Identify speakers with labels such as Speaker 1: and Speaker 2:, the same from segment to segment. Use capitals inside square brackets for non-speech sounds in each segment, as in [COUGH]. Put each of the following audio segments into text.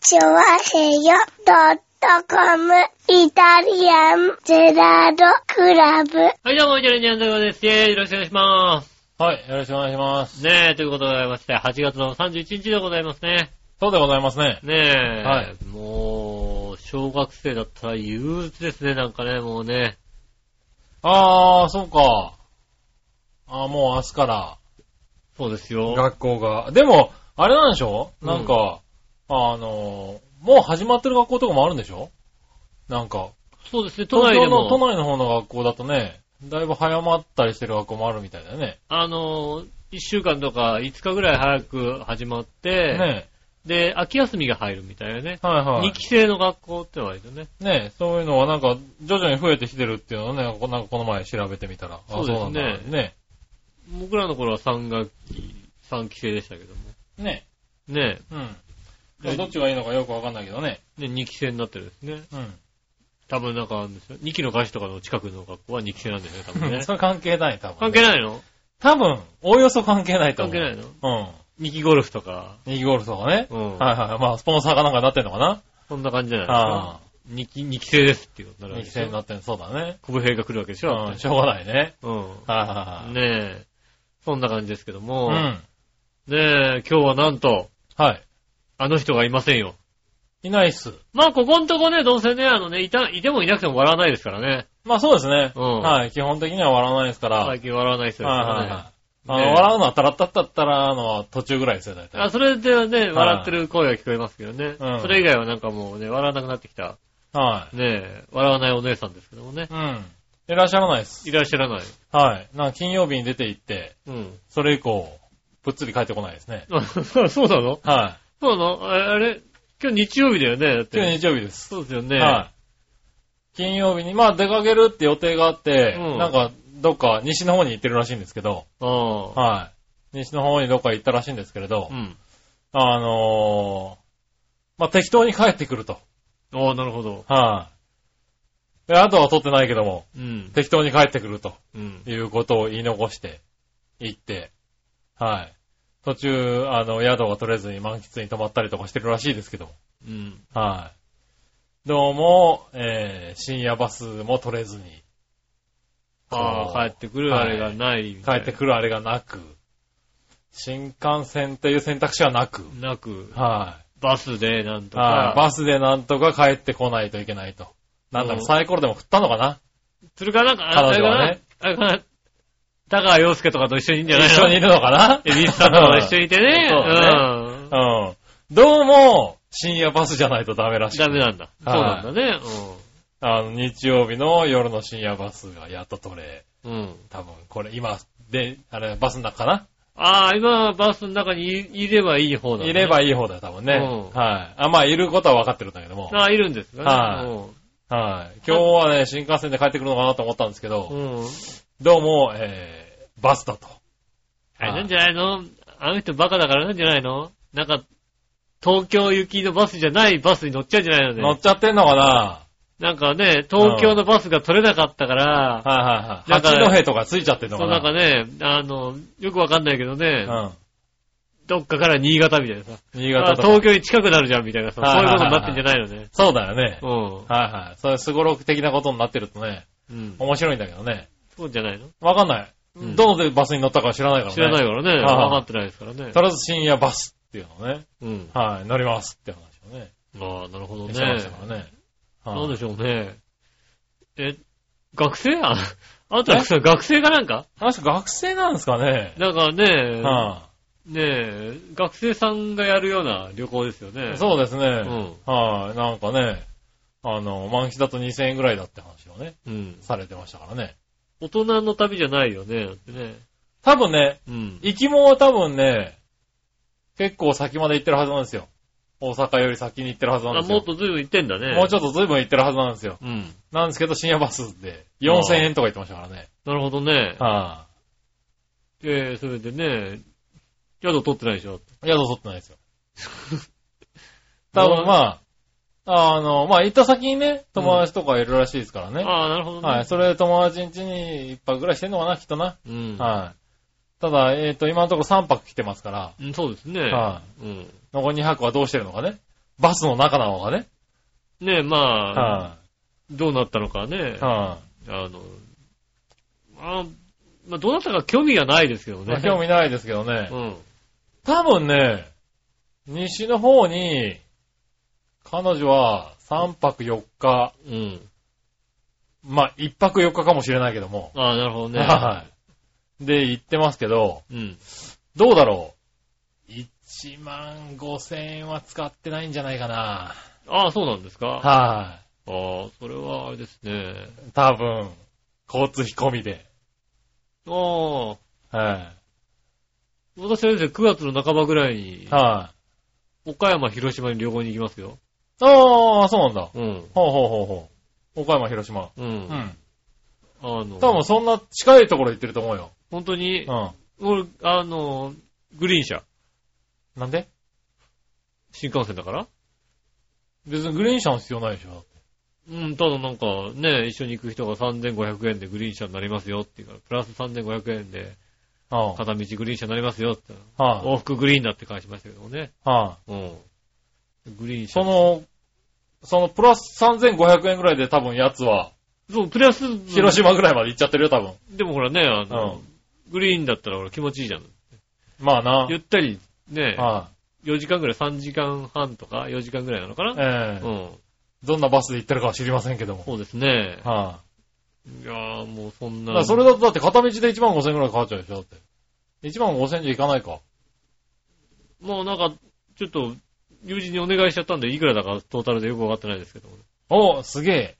Speaker 1: チョワヘヨドットコムイタリアンゼラードクラブ。
Speaker 2: はい、どうも、イタリアンジャンルです。イェーイ、よろしくお願いしま
Speaker 3: はい、よろしくお願いします。
Speaker 2: す。ねえ、ということでございまして、8月の31日でございますね。
Speaker 3: そうでございますね。
Speaker 2: ねえ、
Speaker 3: はい
Speaker 2: もう、小学生だったら憂鬱ですね、なんかね、もうね。
Speaker 3: あー、そうか。あー、もう明日から
Speaker 2: そうですよ。
Speaker 3: 学校が。でも、あれなんでしょなんか、あのー、もう始まってる学校とかもあるんでしょなんか、
Speaker 2: そうですね、都内で
Speaker 3: 東京の都
Speaker 2: も、
Speaker 3: 内の方の学校だとね、だいぶ早まったりしてる学校もあるみたいだよね。
Speaker 2: あの、1週間とか5日ぐらい早く始まって、
Speaker 3: ね
Speaker 2: で、秋休みが入るみたいなね。
Speaker 3: はいは
Speaker 2: 2期生の学校ってのはいるね。
Speaker 3: い。ねそういうのはなんか、徐々に増えてきてるっていうのをね、こなんかこの前調べてみたら。あ
Speaker 2: そうですね
Speaker 3: なんだね。
Speaker 2: 僕らの頃は3学期、3期生でしたけども。
Speaker 3: ね
Speaker 2: ね
Speaker 3: うん。でもどっちがいいのかよくわかんないけどね。
Speaker 2: え、ね2期生になってるんですね。
Speaker 3: うん。
Speaker 2: 多分なんかあるんですよ。2期の歌詞とかの近くの学校は2期生なんですよね、多分ね
Speaker 3: [LAUGHS] そ。れ関係ない、多分、
Speaker 2: 関係
Speaker 3: い。
Speaker 2: ないの
Speaker 3: 多分、おおよそ関係ないと
Speaker 2: 関
Speaker 3: 思う。
Speaker 2: 係ないの
Speaker 3: ない。
Speaker 2: 2期ゴルフとか、
Speaker 3: うん。右ゴルフとかね。
Speaker 2: うん
Speaker 3: はいはい。まあ、スポンサーかなんかになってんのかな
Speaker 2: そんな感じじゃないです
Speaker 3: ああ
Speaker 2: か。2期、二期生ですっていうことになるわけで
Speaker 3: 右
Speaker 2: し
Speaker 3: 線にな
Speaker 2: ょ。
Speaker 3: ってんそうだね。
Speaker 2: 小兵が来るわけでしょ。
Speaker 3: うん、しょうがないね。
Speaker 2: う
Speaker 3: はいはいはい
Speaker 2: ん。。ねえ、そんな感じですけども、
Speaker 3: うん。
Speaker 2: ねえ、今日はなんと、
Speaker 3: はい。
Speaker 2: あの人がいませんよ。
Speaker 3: いないっす。
Speaker 2: まあ、ここんとこね、どうせね、あのね、いた、いてもいなくても笑わないですからね。
Speaker 3: まあそうですね。
Speaker 2: うん
Speaker 3: はい。基本的には笑わないですから。はい
Speaker 2: 最近笑わない人ですか
Speaker 3: は
Speaker 2: ら
Speaker 3: い
Speaker 2: ね
Speaker 3: はい。あの、
Speaker 2: ね
Speaker 3: 笑うのはたらったったったらのは途中ぐらいですよ、大。
Speaker 2: あ、
Speaker 3: 体。
Speaker 2: それでね、笑ってる声が聞こえますけどね。
Speaker 3: うん
Speaker 2: それ以外はなんかもうね、笑わなくなってきた。
Speaker 3: は
Speaker 2: ねえ、笑わないお姉さんですけどもね
Speaker 3: い。。うん。いらっしゃらないです。
Speaker 2: いらっしゃらない。
Speaker 3: はい。なんか金曜日に出て行って、
Speaker 2: うん。
Speaker 3: それ以降、ぶっつり帰ってこないですね。
Speaker 2: あそう [LAUGHS] そうなの
Speaker 3: は
Speaker 2: そうなのあれあれ今日日曜日だよねだっ
Speaker 3: い。今
Speaker 2: て。
Speaker 3: 日日曜日です。
Speaker 2: そうですよね。
Speaker 3: はい。金曜日に、まあ出かけるって予定があって、
Speaker 2: うん
Speaker 3: なんかどっか西の方に行ってるらしいんですけど、
Speaker 2: ああ。
Speaker 3: はい。西の方にどっか行ったらしいんですけれど、
Speaker 2: うん。
Speaker 3: あのー、まあ適当に帰ってくると。
Speaker 2: ああ、なるほど。
Speaker 3: はい。で、あとは取ってないけども、
Speaker 2: うん。
Speaker 3: 適当に帰ってくると
Speaker 2: うん。
Speaker 3: いうことを言い残して、行って、はい。途中、あの、宿が取れずに満喫に泊まったりとかしてるらしいですけども。
Speaker 2: うん。
Speaker 3: はい。どうも、えー、深夜バスも取れずに、
Speaker 2: ああ、帰ってくるあれがないみ
Speaker 3: 帰
Speaker 2: たい
Speaker 3: ってくるあれがなく、新幹線という選択肢はなく、
Speaker 2: なく、
Speaker 3: は
Speaker 2: バスでなん
Speaker 3: い。
Speaker 2: と
Speaker 3: はい。
Speaker 2: か。
Speaker 3: バスでなんとか帰ってこないといけないと。なんだろ
Speaker 2: う
Speaker 3: う、
Speaker 2: ん
Speaker 3: サイコロでも振ったのかな
Speaker 2: それかなんか、ああれ
Speaker 3: 彼
Speaker 2: か
Speaker 3: 女は
Speaker 2: な
Speaker 3: ね
Speaker 2: あれかな高川洋介とかと一緒にいいんじゃない
Speaker 3: 一緒にいるのかな
Speaker 2: エビスさんとかと一緒にいてね。
Speaker 3: [LAUGHS] そう
Speaker 2: う
Speaker 3: だ
Speaker 2: ん。
Speaker 3: うん。どうも、深夜バスじゃないとダメらしい。
Speaker 2: ダメなんだ。そう
Speaker 3: は
Speaker 2: ないんだね。
Speaker 3: あの、日曜日の夜の深夜バスがやっと取れ、
Speaker 2: うん。うん。
Speaker 3: 多分、これ今、で、あれ、バスの中かな
Speaker 2: ああ、今、バスの中にいいればいい方だ、ね。
Speaker 3: いればいい方だよ、多分ね。
Speaker 2: うん
Speaker 3: はい。あ、まあ、いることは分かってるんだけども。
Speaker 2: ああ、いるんですかね。
Speaker 3: はい
Speaker 2: うん
Speaker 3: はい。今日はね、新幹線で帰ってくるのかなと思ったんですけど、
Speaker 2: うん。
Speaker 3: どうも、えー、バスだと。
Speaker 2: あれなんじゃないのあの人バカだからなんじゃないのなんか、東京行きのバスじゃないバスに乗っちゃうんじゃないの
Speaker 3: 乗
Speaker 2: ね
Speaker 3: っ。ちゃってんのかな
Speaker 2: なんかね、東京のバスが取れなかったから、
Speaker 3: はいはい
Speaker 2: な
Speaker 3: は
Speaker 2: ん
Speaker 3: い。
Speaker 2: か
Speaker 3: 八戸とかついちゃってんの
Speaker 2: そ
Speaker 3: か
Speaker 2: う
Speaker 3: な
Speaker 2: なんかね、あの、よくわかんないけどね、
Speaker 3: うん。
Speaker 2: どっかから新潟みたいなさ、
Speaker 3: 新
Speaker 2: あ
Speaker 3: 潟とか。
Speaker 2: 東京に近くなるじゃんみたいなさ、
Speaker 3: はい
Speaker 2: そう
Speaker 3: はいいうは
Speaker 2: こ
Speaker 3: い
Speaker 2: とになってんじゃないのね。
Speaker 3: そうだよね。
Speaker 2: うん
Speaker 3: はいはい。それ、すごろく的なことになってるとね、
Speaker 2: うん。
Speaker 3: 面白いんだけどね。
Speaker 2: そうじゃないの
Speaker 3: わかんない。
Speaker 2: うん
Speaker 3: どのバスに乗ったかは知らないからね。
Speaker 2: 知らないからね、
Speaker 3: はい
Speaker 2: わかってないですからね
Speaker 3: と。りあえず深夜バスっていうのをね、
Speaker 2: うん。
Speaker 3: はい、乗りますって話をね、
Speaker 2: ああ、なるほどね。
Speaker 3: してましたからね。はい
Speaker 2: なんでしょうね。え、学生 [LAUGHS] やあんたらさ、学生かなんか
Speaker 3: 確か学生なんですかね。
Speaker 2: なんかね、
Speaker 3: は
Speaker 2: ねえ、学生さんがやるような旅行ですよね。
Speaker 3: い。そうですね。
Speaker 2: ん
Speaker 3: はい。なんかね、あの、満喫だと2000円ぐらいだって話をね、
Speaker 2: う。ん。
Speaker 3: されてましたからね。
Speaker 2: 大人の旅じゃないよね、だってね。
Speaker 3: 多分ね、
Speaker 2: うん。
Speaker 3: 行きも多分ね、結構先まで行ってるはずなんですよ。大阪より先に行ってるはずなん
Speaker 2: あ、
Speaker 3: です
Speaker 2: も
Speaker 3: よ。
Speaker 2: っと随分行ってんだね。
Speaker 3: もうちょっと随分行ってるはずなんですよ。
Speaker 2: うん。
Speaker 3: なんですけど、深夜バスで4000円とか言ってましたからね。
Speaker 2: なるほどね。
Speaker 3: は
Speaker 2: えー、それでね、宿取ってないでしょ。
Speaker 3: い。宿取ってないですよ。多分まあ、あの、まあ行った先にね、友達とかいるらしいですからね。
Speaker 2: ああ、なるほどね。
Speaker 3: はい。それで友達ん家に一泊ぐらいしてんのかな、きっとな。
Speaker 2: うん。
Speaker 3: はい。ただ、えっ、と、今のところ3泊来てますから、
Speaker 2: うんそうですね。
Speaker 3: は
Speaker 2: うん。
Speaker 3: 残り2泊はどうしてるのかね。バスの中なのがね。
Speaker 2: ねえ、まあ、
Speaker 3: は
Speaker 2: どうなったのかね
Speaker 3: い。。は
Speaker 2: あの、あまあ、どうなったか興味がないですけど
Speaker 3: い。
Speaker 2: ね。
Speaker 3: まあ興味ないですけどね
Speaker 2: う。ん。
Speaker 3: 多分ね、西の方に、彼女は3泊4日、
Speaker 2: うん。
Speaker 3: まあ1泊4日かもしれないけども。
Speaker 2: ああ、なるほどね。
Speaker 3: はい。で、行ってますけど、
Speaker 2: うん。
Speaker 3: どうだろう ?1 万5千円は使ってないんじゃないかな。
Speaker 2: ああ、そうなんですか。あ
Speaker 3: は
Speaker 2: あ、それはあれですね。
Speaker 3: い。多分、交通費込みで。
Speaker 2: ああ、
Speaker 3: は
Speaker 2: 私はですね、9月の半ばぐらい
Speaker 3: い。
Speaker 2: に、
Speaker 3: はい。
Speaker 2: 岡山、広島に旅行に行きますよ。
Speaker 3: ああ、そうなんだ。
Speaker 2: うん。
Speaker 3: ほうほうほうほう。岡山、広島。
Speaker 2: う。
Speaker 3: うんん。
Speaker 2: あの、
Speaker 3: 多分そんな近いところ行ってると思うよ。
Speaker 2: 本当に、
Speaker 3: う
Speaker 2: 俺、あの、グリーン車、
Speaker 3: ん。なんで
Speaker 2: 新幹線だから
Speaker 3: 別にグリーン車の必要ないでしょ。
Speaker 2: うん、ただなんかね、一緒に行く人が3500円でグリーン車になりますよっていうから、プラス3500円で
Speaker 3: うん。
Speaker 2: 片道グリーン車になりますよって言ったら、
Speaker 3: はい。
Speaker 2: 往復グリーンだって返しましたけどもね。
Speaker 3: は
Speaker 2: うん。グリーン
Speaker 3: い。
Speaker 2: 車。
Speaker 3: その、そのプラス3500円ぐらいで多分奴は、
Speaker 2: そう、プラス、
Speaker 3: 広島ぐらいまで行っちゃってるよ、多分。
Speaker 2: でもほらね、あの、
Speaker 3: う
Speaker 2: グリーンだったらほら気持ちいいじゃん。
Speaker 3: まあな。
Speaker 2: ゆったり、ね、
Speaker 3: は
Speaker 2: 4時間ぐらい、3時間半とか4時間ぐらいなのか
Speaker 3: い。
Speaker 2: な、
Speaker 3: ええ
Speaker 2: うん。
Speaker 3: どんなバスで行ってるかは知りませんけども。
Speaker 2: そうですね。
Speaker 3: はい
Speaker 2: やー、もうそん
Speaker 3: い。だか
Speaker 2: な。
Speaker 3: らそれだとだって片道で1万5千円ぐらいかかっちゃうでしょ、だって。1万5千円じゃ行かないか。
Speaker 2: もうなんか、ちょっと、友人にお願いしちゃったんで、いくらだかトータルでよくわかってないですけども。
Speaker 3: おすげえ。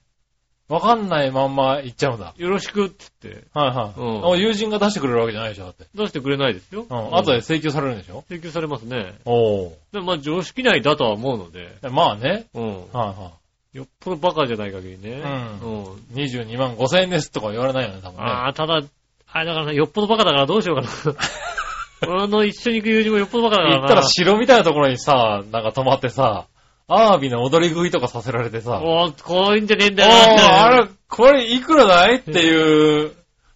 Speaker 3: わかんないまんま行っちゃうんだ。
Speaker 2: よろしくって言って、
Speaker 3: はいはい。
Speaker 2: うん
Speaker 3: お友人が出してくれるわけじゃないでしょ、だって。
Speaker 2: 出してくれないですよ。
Speaker 3: うん。後で請求されるんでしょ
Speaker 2: 請求されますね。
Speaker 3: お
Speaker 2: でもまあ常識内だとは思うので、
Speaker 3: ー。まあね。
Speaker 2: うん。
Speaker 3: は
Speaker 2: よっぽどバカじゃない限り
Speaker 3: い
Speaker 2: ね。
Speaker 3: はい。うん。
Speaker 2: うん。
Speaker 3: 22万5千円ですとか言われないよね、多分ね。
Speaker 2: ああ、ただ、あれだからね、よっぽどバカだからどうしようか
Speaker 3: [LAUGHS]
Speaker 2: な。俺の一緒に行く友人もよっぽどバカだからな。
Speaker 3: 行ったら城みたいなところにさ、なんか泊まってさ、アワビの踊り食いとかさせられてさ、
Speaker 2: おー、こういうんじゃねえん
Speaker 3: おー
Speaker 2: だよな。
Speaker 3: あれ、これいくらないっていう、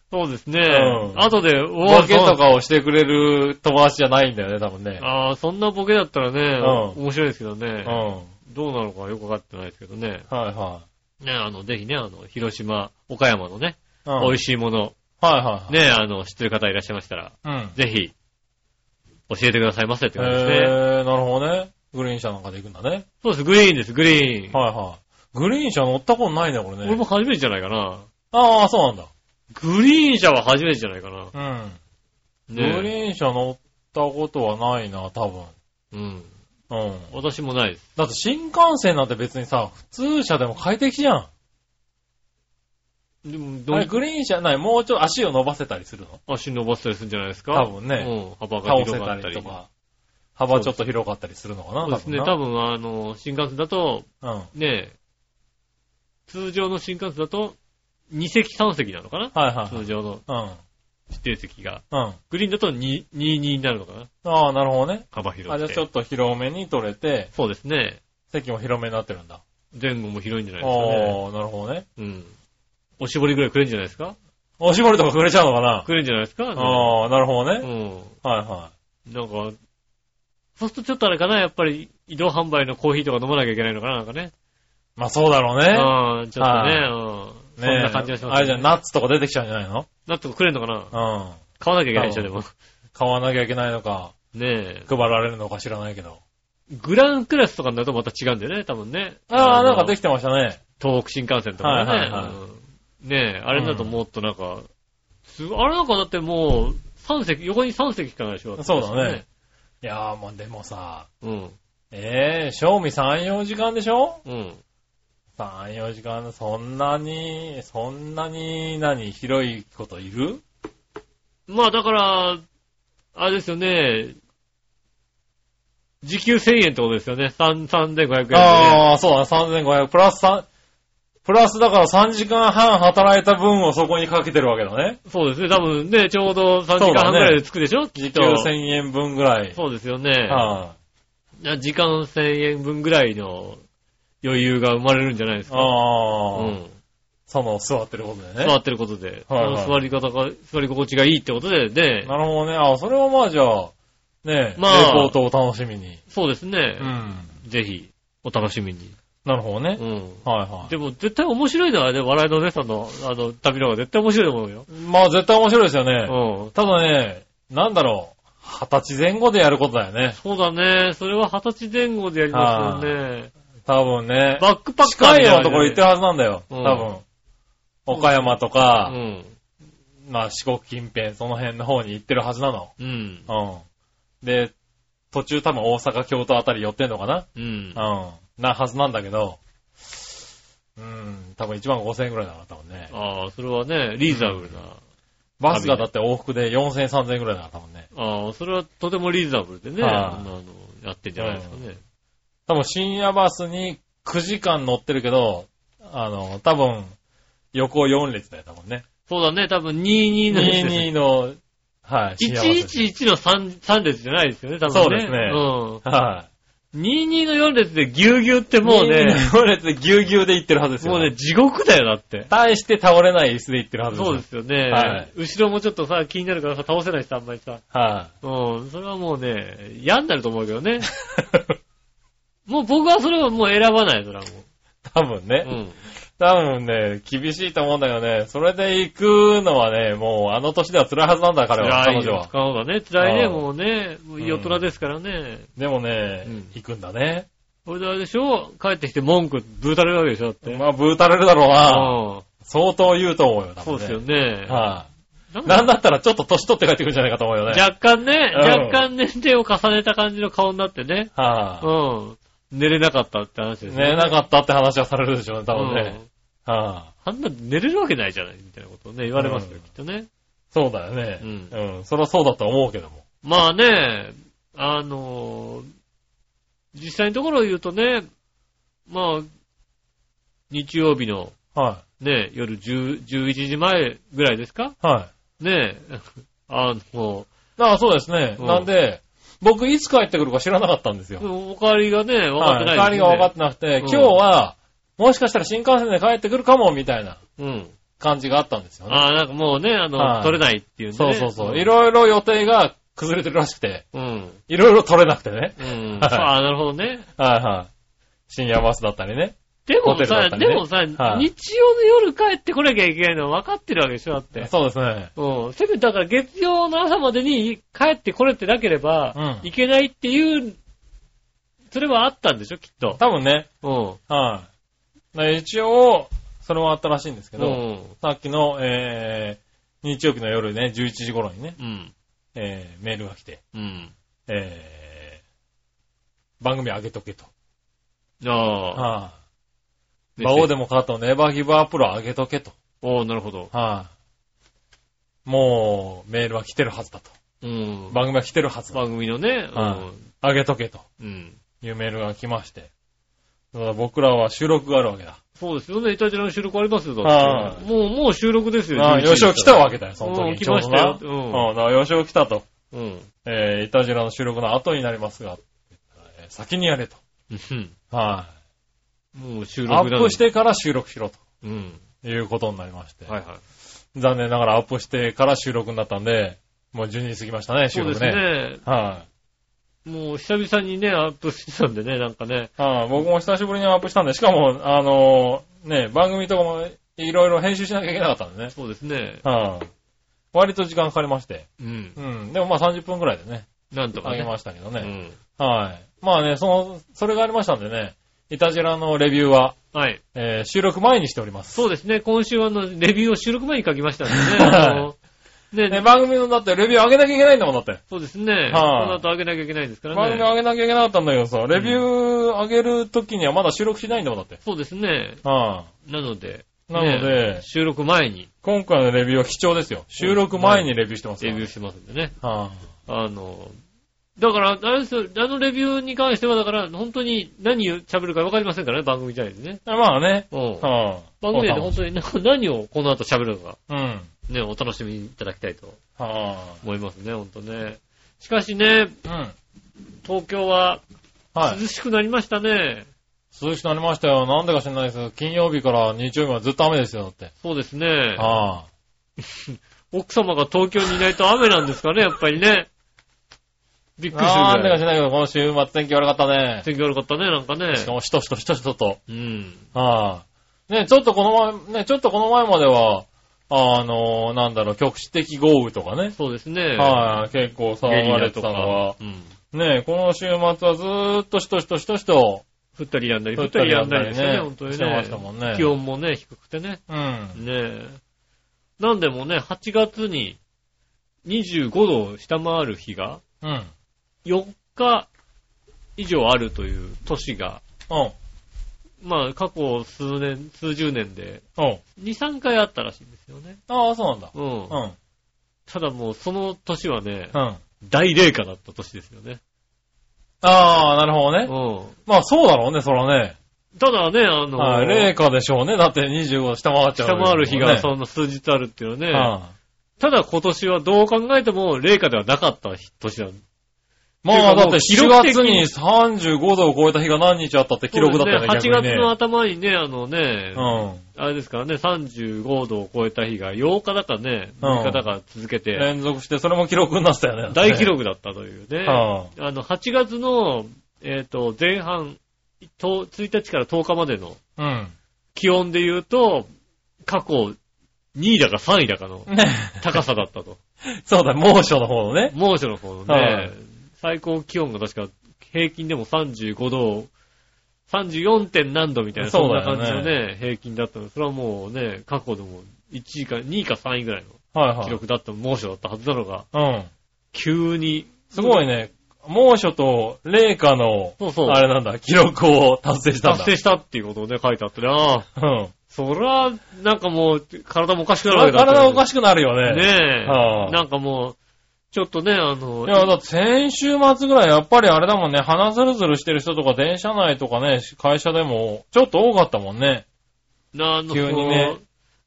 Speaker 2: そうですね。
Speaker 3: うん
Speaker 2: 後で、お
Speaker 3: ボケと
Speaker 2: そう
Speaker 3: かをしてくれる友達じゃないんだよね、多分ね。
Speaker 2: ああ、そんなボケだったらね、
Speaker 3: う
Speaker 2: 面白いですけど
Speaker 3: う
Speaker 2: ね
Speaker 3: ん。。は
Speaker 2: どうなのかよくわかってないですけどね。
Speaker 3: いは
Speaker 2: ね、あの、ぜひね、あの、広島、岡山のね、
Speaker 3: い。うん
Speaker 2: 美味しいもの、
Speaker 3: はいはい。
Speaker 2: ね、あの、知ってる方いらっしゃいましたら、
Speaker 3: うん。
Speaker 2: ぜひ、教えてくださいませって
Speaker 3: へ
Speaker 2: 感じですね。
Speaker 3: ー、なるほどね。グリーン車なんかで行くんだね。
Speaker 2: そうです、グリーンです、グリーン。
Speaker 3: はいはい。グリーン車乗ったことないね、これね。
Speaker 2: 俺も初めてじゃないかな。
Speaker 3: ああ、そうなんだ。
Speaker 2: グリーン車は初めてじゃないかな。
Speaker 3: うん。グ
Speaker 2: ね
Speaker 3: リーン車乗ったことはないな、多分。
Speaker 2: うん。
Speaker 3: うん。
Speaker 2: 私もないです。
Speaker 3: だって新幹線なんて別にさ、普通車でも快適じゃん。
Speaker 2: でも、
Speaker 3: あ
Speaker 2: ど
Speaker 3: れ
Speaker 2: う
Speaker 3: グリーン車ない、もうちょっと足を伸ばせたりするの
Speaker 2: 足伸ばしたりするんじゃないですか
Speaker 3: 多分ね
Speaker 2: うん、幅が
Speaker 3: 倒
Speaker 2: 広
Speaker 3: せ
Speaker 2: か
Speaker 3: た
Speaker 2: った
Speaker 3: り
Speaker 2: り
Speaker 3: と。か。幅ちょっと広かったりするのかな
Speaker 2: そうですね、多
Speaker 3: 多分
Speaker 2: 分あの、新幹線だと、
Speaker 3: なうん。
Speaker 2: ねえ、通常の新幹線だと、2席3席なのかな
Speaker 3: はいはい
Speaker 2: 通常の
Speaker 3: はい。
Speaker 2: 指定席が。
Speaker 3: うん。うん。
Speaker 2: グリーンだと2、2になるのかな
Speaker 3: ああ、なるほどね。
Speaker 2: 幅広くて。
Speaker 3: あ、じゃあちょっと広めに取れて、
Speaker 2: そうですね。
Speaker 3: 席も広めになってるんだ。
Speaker 2: 前後も広いんじゃないですかね。
Speaker 3: おー、なるほどね。
Speaker 2: うん。おしぼりぐらいくれるんじゃないですか
Speaker 3: おしぼりとかくれちゃうのかな
Speaker 2: くれるんじゃないですかあ。
Speaker 3: ああ、なるほど
Speaker 2: う
Speaker 3: ね。
Speaker 2: ん。
Speaker 3: はいは
Speaker 2: なんか、そうするとちょっとあれかな、やっぱり移動販売のコーヒーとか飲まなきゃいけないのかな、なんかね。
Speaker 3: い。まあそうだろうね。
Speaker 2: うん、ちょっとね、
Speaker 3: は
Speaker 2: うん。そ
Speaker 3: ねえ
Speaker 2: んな感じがします、ね。
Speaker 3: あれじゃん、ナッツとか出てきちゃうんじゃないの
Speaker 2: なんとかくれんのかな
Speaker 3: うん。
Speaker 2: 買わなきゃいけないじゃん、でも。
Speaker 3: 買わなきゃいけないのか、
Speaker 2: ねえ。
Speaker 3: 配られるのか知らないけど。
Speaker 2: グランクラスとかになるとまた違うんだよね、多分ね。
Speaker 3: ああ、なんかで
Speaker 2: き
Speaker 3: きてましたね。
Speaker 2: 東北新幹線とかね。
Speaker 3: はいはいはい
Speaker 2: うんねえ、あれだともっとなんか、すあれなんかだってもう、三席、横に3席しかないでしょ。
Speaker 3: そうだね。いやー、まあでもさ、
Speaker 2: うん。
Speaker 3: ええ賞味3、4時間でしょ
Speaker 2: うん。
Speaker 3: ?3、4時間、そんなに、そんなに、何、広いこといる
Speaker 2: まあだから、あれですよね、時給1000円ってことですよね。3、3500円で、ね。
Speaker 3: ああ、そうだ、3500、プラス3、プラスだから3時間半働いた分をそこにかけてるわけだね。
Speaker 2: そうですね。多分ね、ちょうど3時間半ぐらいで着くでしょ、き
Speaker 3: 時
Speaker 2: っ
Speaker 3: 給
Speaker 2: と。
Speaker 3: 1000円分ぐらい。
Speaker 2: そうですよね。
Speaker 3: はい
Speaker 2: や時間1000円分ぐらいの余裕が生まれるんじゃないです
Speaker 3: いあ
Speaker 2: か。
Speaker 3: あ、
Speaker 2: うん。
Speaker 3: その、座ってることでね。
Speaker 2: 座ってることで、
Speaker 3: はいはい
Speaker 2: その座り方が、座り心地がいいってことで、で、
Speaker 3: なるほどね。ああ、それはまあじゃあ、ねえ、
Speaker 2: まあ
Speaker 3: レポートを楽しみに。
Speaker 2: そうですね
Speaker 3: う、ん。
Speaker 2: ぜひ、お楽しみに。
Speaker 3: なるほどね
Speaker 2: う。ん。
Speaker 3: はいはい。
Speaker 2: でも絶対面白いのはね、笑いのお姉さんの、あの、旅の方が絶対面白いと思うよ。
Speaker 3: まあ絶対面白いですよ
Speaker 2: う
Speaker 3: ね。
Speaker 2: ん。
Speaker 3: ただね、なんだろう。二十歳前後でやることだよね。
Speaker 2: そうだね。それは二十歳前後でやりますよね。
Speaker 3: 多分ね。
Speaker 2: バックパッカー
Speaker 3: 近
Speaker 2: みたい
Speaker 3: いよ
Speaker 2: うな
Speaker 3: なところ行ってるはずなんだよ。
Speaker 2: うん
Speaker 3: 多分。岡山と
Speaker 2: う
Speaker 3: か、
Speaker 2: ん。
Speaker 3: まあ四国近辺、その辺の方に行ってるはずなの。
Speaker 2: うん。
Speaker 3: うん。で、途中多分大阪、京都あたり寄ってんのかな
Speaker 2: うん。
Speaker 3: うん。なはずなんだけど、うん、多分1万5000円くらいだな、多分ね。
Speaker 2: ああ、それはね、リーズナブルな。
Speaker 3: バスがだって往復で4000円、3000円くらいだな、多分ね。
Speaker 2: ああ、それはとてもリーズナブルでね、
Speaker 3: はい
Speaker 2: あの、やってんじゃないですかね。
Speaker 3: 多分深夜バスに9時間乗ってるけど、あの、多分、横4列だよ、多分ね。
Speaker 2: そうだね、多分22の列ですね
Speaker 3: 22の、はい、深夜バスです。
Speaker 2: 111の 3, 三列じゃないですよね、多分ね。
Speaker 3: そうですねは
Speaker 2: うん。22の4列でギュうギュうって
Speaker 3: い。
Speaker 2: もうね、
Speaker 3: 4列でぎゅうぎゅうで行ってるはずですよ。
Speaker 2: もうね、、地獄だよ、だって。
Speaker 3: 大して倒れない椅子で行ってるはずですよ。
Speaker 2: そうですよね、
Speaker 3: はい
Speaker 2: 後ろもちょっとさ、気になるからさ、倒せないしさ、あんまりさ。
Speaker 3: は
Speaker 2: うん。それはもうね、嫌になると思うけどね。 [LAUGHS] もう僕はそれはもう選ばない、それはも
Speaker 3: い。 [LAUGHS] 多分ね。
Speaker 2: う。うん。
Speaker 3: 多分ね、厳しいと思うんだよね。それで行くのはね、もうあの年では辛いはずなんだ、彼は、彼
Speaker 2: 辛い
Speaker 3: 女
Speaker 2: よ
Speaker 3: は。。
Speaker 2: 彼女はね、辛いね、
Speaker 3: うん
Speaker 2: もうね。もういい大人ですからね。
Speaker 3: でもね、
Speaker 2: うん
Speaker 3: 行くんだね。
Speaker 2: これであれでしょ帰ってきて文句ぶーたれるわけでしょだって。
Speaker 3: まあ、ぶーたれるだろうな。
Speaker 2: うん
Speaker 3: 相当言うと思うよ、多分
Speaker 2: そ
Speaker 3: ね。
Speaker 2: うですよ
Speaker 3: ね。
Speaker 2: ね。
Speaker 3: は
Speaker 2: [LAUGHS]
Speaker 3: い、
Speaker 2: な
Speaker 3: なんん
Speaker 2: だ
Speaker 3: だったらちょっと年取って帰ってくるんじゃないかと思うよね。
Speaker 2: 若干ね、
Speaker 3: うん
Speaker 2: 若干年齢を重ねた感じの顔になってね。
Speaker 3: は
Speaker 2: う
Speaker 3: い、
Speaker 2: ん。寝れなかったって話です
Speaker 3: 寝れなかったって話はされるでしょうね、
Speaker 2: た
Speaker 3: 多分ね。はい、
Speaker 2: あんな寝れるわけないじゃないみたいなことをね、言われますよ、
Speaker 3: うん
Speaker 2: きっとね。
Speaker 3: そうだよね。
Speaker 2: うん
Speaker 3: うん。そりゃそうだとは思うけども。
Speaker 2: まあね、あのー実際のところを言うとね、まあ、日曜日の
Speaker 3: は
Speaker 2: ね、夜10 11時前ぐらいですか
Speaker 3: い。はい。
Speaker 2: ね [LAUGHS] え、あの、
Speaker 3: ああ、そうですね。
Speaker 2: うん
Speaker 3: なんで、僕いつ帰ってくるか知らなかったんですよ。
Speaker 2: おかわりがね、分かってない
Speaker 3: はい、帰りが分かってなくて、今日
Speaker 2: は、
Speaker 3: は、もしかしたら新幹線で帰ってくるかも、みたいな
Speaker 2: うん。
Speaker 3: 感じがあったんですよね。
Speaker 2: ああ、なんかもうね、あの、
Speaker 3: はい
Speaker 2: 取れないっていうんで
Speaker 3: そ
Speaker 2: ね、
Speaker 3: うそうそう。い
Speaker 2: い
Speaker 3: ろいろ予定が崩れてるらしくて、
Speaker 2: ろ。うん。
Speaker 3: いろいろ取れなくてね。
Speaker 2: うん。
Speaker 3: はい
Speaker 2: ああ、なるほどね。
Speaker 3: はいはい。深夜バスだったりね。
Speaker 2: でも
Speaker 3: ホテルだ
Speaker 2: さ、
Speaker 3: ったりね
Speaker 2: でもさ、
Speaker 3: はい
Speaker 2: 日曜の夜帰ってこなきゃいけないのは分かってるわけでしょ、だって。
Speaker 3: そうですね。
Speaker 2: うん。せめてだから月曜の朝までに帰ってこれてなければ、
Speaker 3: うん
Speaker 2: いけないっていう、それはあったんでしょ、きっと。
Speaker 3: 多分ね、
Speaker 2: うん。
Speaker 3: はい。で一応、それもあったらしいんですけ
Speaker 2: う
Speaker 3: ど、
Speaker 2: ん。
Speaker 3: さっきの、えー、日曜日の夜ね、11時頃にね、
Speaker 2: うん。
Speaker 3: えー、メールが来て、
Speaker 2: うん。
Speaker 3: えー、番組上げとけと。
Speaker 2: ああ。
Speaker 3: はい馬王でもカートネバーギブアップロ上げとけと。
Speaker 2: おーなるほど。
Speaker 3: はい、もう、メールは来てるはずだと。
Speaker 2: うん。
Speaker 3: 番組は来てるはずだ。
Speaker 2: 番組のね、
Speaker 3: は上げとけと
Speaker 2: うん。うん。
Speaker 3: いうメールが来まして。だから僕らは収録があるわけだ。
Speaker 2: そうですよね。イタジラの収録ありますよ、だっ
Speaker 3: は
Speaker 2: て。
Speaker 3: い
Speaker 2: もう、もう収録ですよ。
Speaker 3: ああ、
Speaker 2: 11
Speaker 3: 吉尾来たわけだよ、その時
Speaker 2: うん
Speaker 3: に
Speaker 2: 来
Speaker 3: ちょ
Speaker 2: ま
Speaker 3: う
Speaker 2: し
Speaker 3: ど
Speaker 2: た
Speaker 3: な。
Speaker 2: よ。
Speaker 3: うん、だから吉尾来たと。
Speaker 2: うん。うん。
Speaker 3: えー、イタジラの収録の後になりますが、えー先にやれと。
Speaker 2: うん
Speaker 3: は
Speaker 2: もう
Speaker 3: い、
Speaker 2: 収
Speaker 3: ア
Speaker 2: 録なのに
Speaker 3: ップし。てから収録しろ
Speaker 2: うん。
Speaker 3: ということになりまして。
Speaker 2: はいはい。
Speaker 3: 残念ながらアップしてから収録になったんで、もう12時過ぎましたね、収
Speaker 2: そうで
Speaker 3: 録
Speaker 2: す
Speaker 3: ね。
Speaker 2: ね。
Speaker 3: はい、
Speaker 2: もう久々にね、アップしてたんでね、なんかね。
Speaker 3: ああ、僕も久しぶりにアップしたんで、しかも、あのね、番組とかもいろいろ編集しなきゃいけなかったんでね。
Speaker 2: そうですね。
Speaker 3: はい、割と時間かかりまして。
Speaker 2: うん。
Speaker 3: うん。でもまあ30分くらいでね、
Speaker 2: なんとか
Speaker 3: あ
Speaker 2: ね。
Speaker 3: げましたけど
Speaker 2: う
Speaker 3: ね。
Speaker 2: ん。
Speaker 3: はい。まあね、その、それがありましたんでね、イタジラのレビューは、
Speaker 2: はい。
Speaker 3: えー収録前にしております。
Speaker 2: そうですね。今週はあの、レビューを収録前に書きましたんでね。
Speaker 3: [LAUGHS] はい
Speaker 2: あのね
Speaker 3: ね、番組のだってレビュー上げなきゃいけないんだもん、だって。
Speaker 2: そうですね。こ
Speaker 3: はい
Speaker 2: の後上げなきゃいけないですか
Speaker 3: 番
Speaker 2: ら
Speaker 3: 組
Speaker 2: ね。
Speaker 3: 上げなきゃいけなかったんだけどさ、レビュー上げるときにはまだ収録しないんだもん、だって。
Speaker 2: そうですね。
Speaker 3: は
Speaker 2: なので。
Speaker 3: い。なので、
Speaker 2: ね収録前に
Speaker 3: 今回のレビューは貴重ですよ。収録前にレビューしてますか
Speaker 2: レ
Speaker 3: ら
Speaker 2: ビューしてますんでね。
Speaker 3: は
Speaker 2: あの、だから、あれですよ、あのレビューに関しては、だから、本当に何を喋るか分かりませんからね、番組じゃないでね。
Speaker 3: あ、まあね。
Speaker 2: うん。
Speaker 3: はあ、
Speaker 2: 番組で本当にな何をこの後喋るのか、
Speaker 3: うん。は
Speaker 2: ね、お楽しみいただきたいと
Speaker 3: あ。
Speaker 2: 思いますね、本当ね。しかしね、
Speaker 3: うん。
Speaker 2: 東京は
Speaker 3: はい。
Speaker 2: 涼しくなりましたね。
Speaker 3: 涼しくなりましたよ。なんでか知らないですけど、金曜日から日曜日はずっと雨ですよ、だって。
Speaker 2: そうですね。
Speaker 3: はあ。
Speaker 2: 奥様が東京にいないと雨なんですかね、やっぱりね。びっくりする
Speaker 3: あー、
Speaker 2: ぐ
Speaker 3: 雨が
Speaker 2: ら
Speaker 3: し
Speaker 2: い。
Speaker 3: ないけど、この週末天気悪かったね。
Speaker 2: 天気悪かったね、なんかね
Speaker 3: し。かも、しとしとしとしとと。
Speaker 2: うん。
Speaker 3: ああ。ね、ちょっとこの前、ね、ちょっとこの前までは、あの、なんだろう、局地的豪雨とかね。
Speaker 2: そうですね。
Speaker 3: はい、結構騒
Speaker 2: ゲリ
Speaker 3: が
Speaker 2: ラ
Speaker 3: れ
Speaker 2: と
Speaker 3: てた
Speaker 2: か
Speaker 3: のが、
Speaker 2: うん
Speaker 3: ね、この週末はずーっとしとしとしとしと、
Speaker 2: 降ったりやんだり、降ったりやんだりですよね、本当に
Speaker 3: してました
Speaker 2: ね。
Speaker 3: もんね。
Speaker 2: 気温もね、低くてね。
Speaker 3: うん。
Speaker 2: ねえ。なんでもね、8月に25度を下回る日が
Speaker 3: うん。うん。
Speaker 2: 4日以上あるという年が、
Speaker 3: お
Speaker 2: まあ過去数年、数十年で
Speaker 3: うん。
Speaker 2: 2、3回あったらしいんですよね。
Speaker 3: ああ、そうなんだ。
Speaker 2: うん。
Speaker 3: うん。
Speaker 2: ただもうその年はね、
Speaker 3: うん。あ
Speaker 2: 大冷夏だった年ですよね。
Speaker 3: あ、なるほど
Speaker 2: う
Speaker 3: ね。まあそうだろうね、そらね。
Speaker 2: ん。ただね、あの、
Speaker 3: はい、冷夏でしょうね。だって25度下回っちゃう
Speaker 2: 下
Speaker 3: わけだもんね。
Speaker 2: 回る日がそんな数日あるっていうのはね、
Speaker 3: うん
Speaker 2: ただ今年はどう考えても冷夏ではなかった年なん
Speaker 3: まあ、だって
Speaker 2: 記
Speaker 3: 7
Speaker 2: 録的
Speaker 3: 月に35度を超えた日が何日あったって記録だったよね、
Speaker 2: そうですね
Speaker 3: 逆に
Speaker 2: 8
Speaker 3: ね。
Speaker 2: 月の頭にね、あのね、
Speaker 3: うん。
Speaker 2: あれですからね、35度を超えた日が8日だかね、
Speaker 3: うん
Speaker 2: 6日だか続けて、
Speaker 3: 連続して、それも記録になってたよね。
Speaker 2: 大記録だったというね。
Speaker 3: は
Speaker 2: あの、8月の、えっ、と、前半、と1日から10日までの
Speaker 3: うん。
Speaker 2: 気温で言うと、過去2位だか3位だかの
Speaker 3: ね [LAUGHS]
Speaker 2: 高さだったと。
Speaker 3: そうだ、猛暑の方のね。
Speaker 2: 猛暑の方の
Speaker 3: はい
Speaker 2: ね、最高気温が確か平均でも35度、34. 点何度みたいな、
Speaker 3: そ
Speaker 2: そ
Speaker 3: うんだ
Speaker 2: な
Speaker 3: よ
Speaker 2: 感
Speaker 3: ね
Speaker 2: じのね、平均だったので、それはもうね、過去でも1位か、2位か3位ぐらいの
Speaker 3: はいは
Speaker 2: 記
Speaker 3: い。
Speaker 2: 録だった、猛暑だったはずなのが、
Speaker 3: うん。
Speaker 2: 急に、
Speaker 3: すごいね。猛暑と冷夏の、
Speaker 2: そうそう
Speaker 3: あれなんだ、記録を達成したんだ。
Speaker 2: 達成したっていうことをね、書いてあってね、ああ、
Speaker 3: うん。
Speaker 2: そりゃ、なんかもう、体もおかしくなるわけだ
Speaker 3: 体おか
Speaker 2: し
Speaker 3: しくなるよね。
Speaker 2: ねえ、
Speaker 3: はあ
Speaker 2: なんかもう、ちょっとね、あの、
Speaker 3: いや、だって先週末ぐらいやっぱりあれだもんね、鼻ズルズルしてる人とか電車内とかね、会社でもちょっと多かったもんね。
Speaker 2: なあの
Speaker 3: 急にね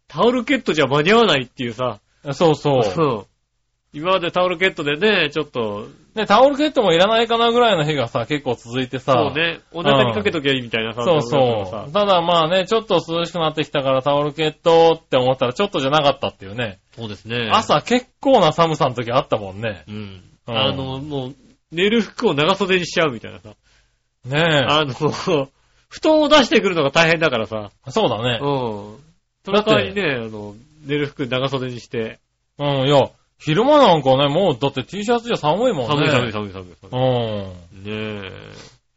Speaker 2: タオルケットじゃ間に合わないっていうさ、
Speaker 3: そうそう。
Speaker 2: そう。 [LAUGHS] 今までタオルケットでね、ちょっと、
Speaker 3: ね、タオルケットもいらないかなぐらいの日がさ、結構続いてさ。
Speaker 2: そうね、お腹にかけときゃいいみたいなさ、
Speaker 3: そう
Speaker 2: だったか
Speaker 3: そ
Speaker 2: ら
Speaker 3: う。
Speaker 2: さ
Speaker 3: ただまあね、ちょっと涼しくなってきたからタオルケットって思ったらちょっとじゃなかったっていうね。
Speaker 2: そうですね。。
Speaker 3: 朝結構な寒さの時あったもんね。
Speaker 2: うん。
Speaker 3: うん
Speaker 2: あの、もう、寝る服を長袖にしちゃうみたいなさ。
Speaker 3: ね
Speaker 2: あの、布団を出してくるのが大変だからさ。
Speaker 3: え。そうだ
Speaker 2: う
Speaker 3: ね。
Speaker 2: ん。そ
Speaker 3: だ
Speaker 2: の
Speaker 3: って
Speaker 2: 代わりね、あの、寝る服長袖にして、
Speaker 3: うん、いや、昼間なんかね、もうだって T シャツじゃ寒いもんね。
Speaker 2: 寒い寒い寒い寒い寒
Speaker 3: うん。
Speaker 2: い。ね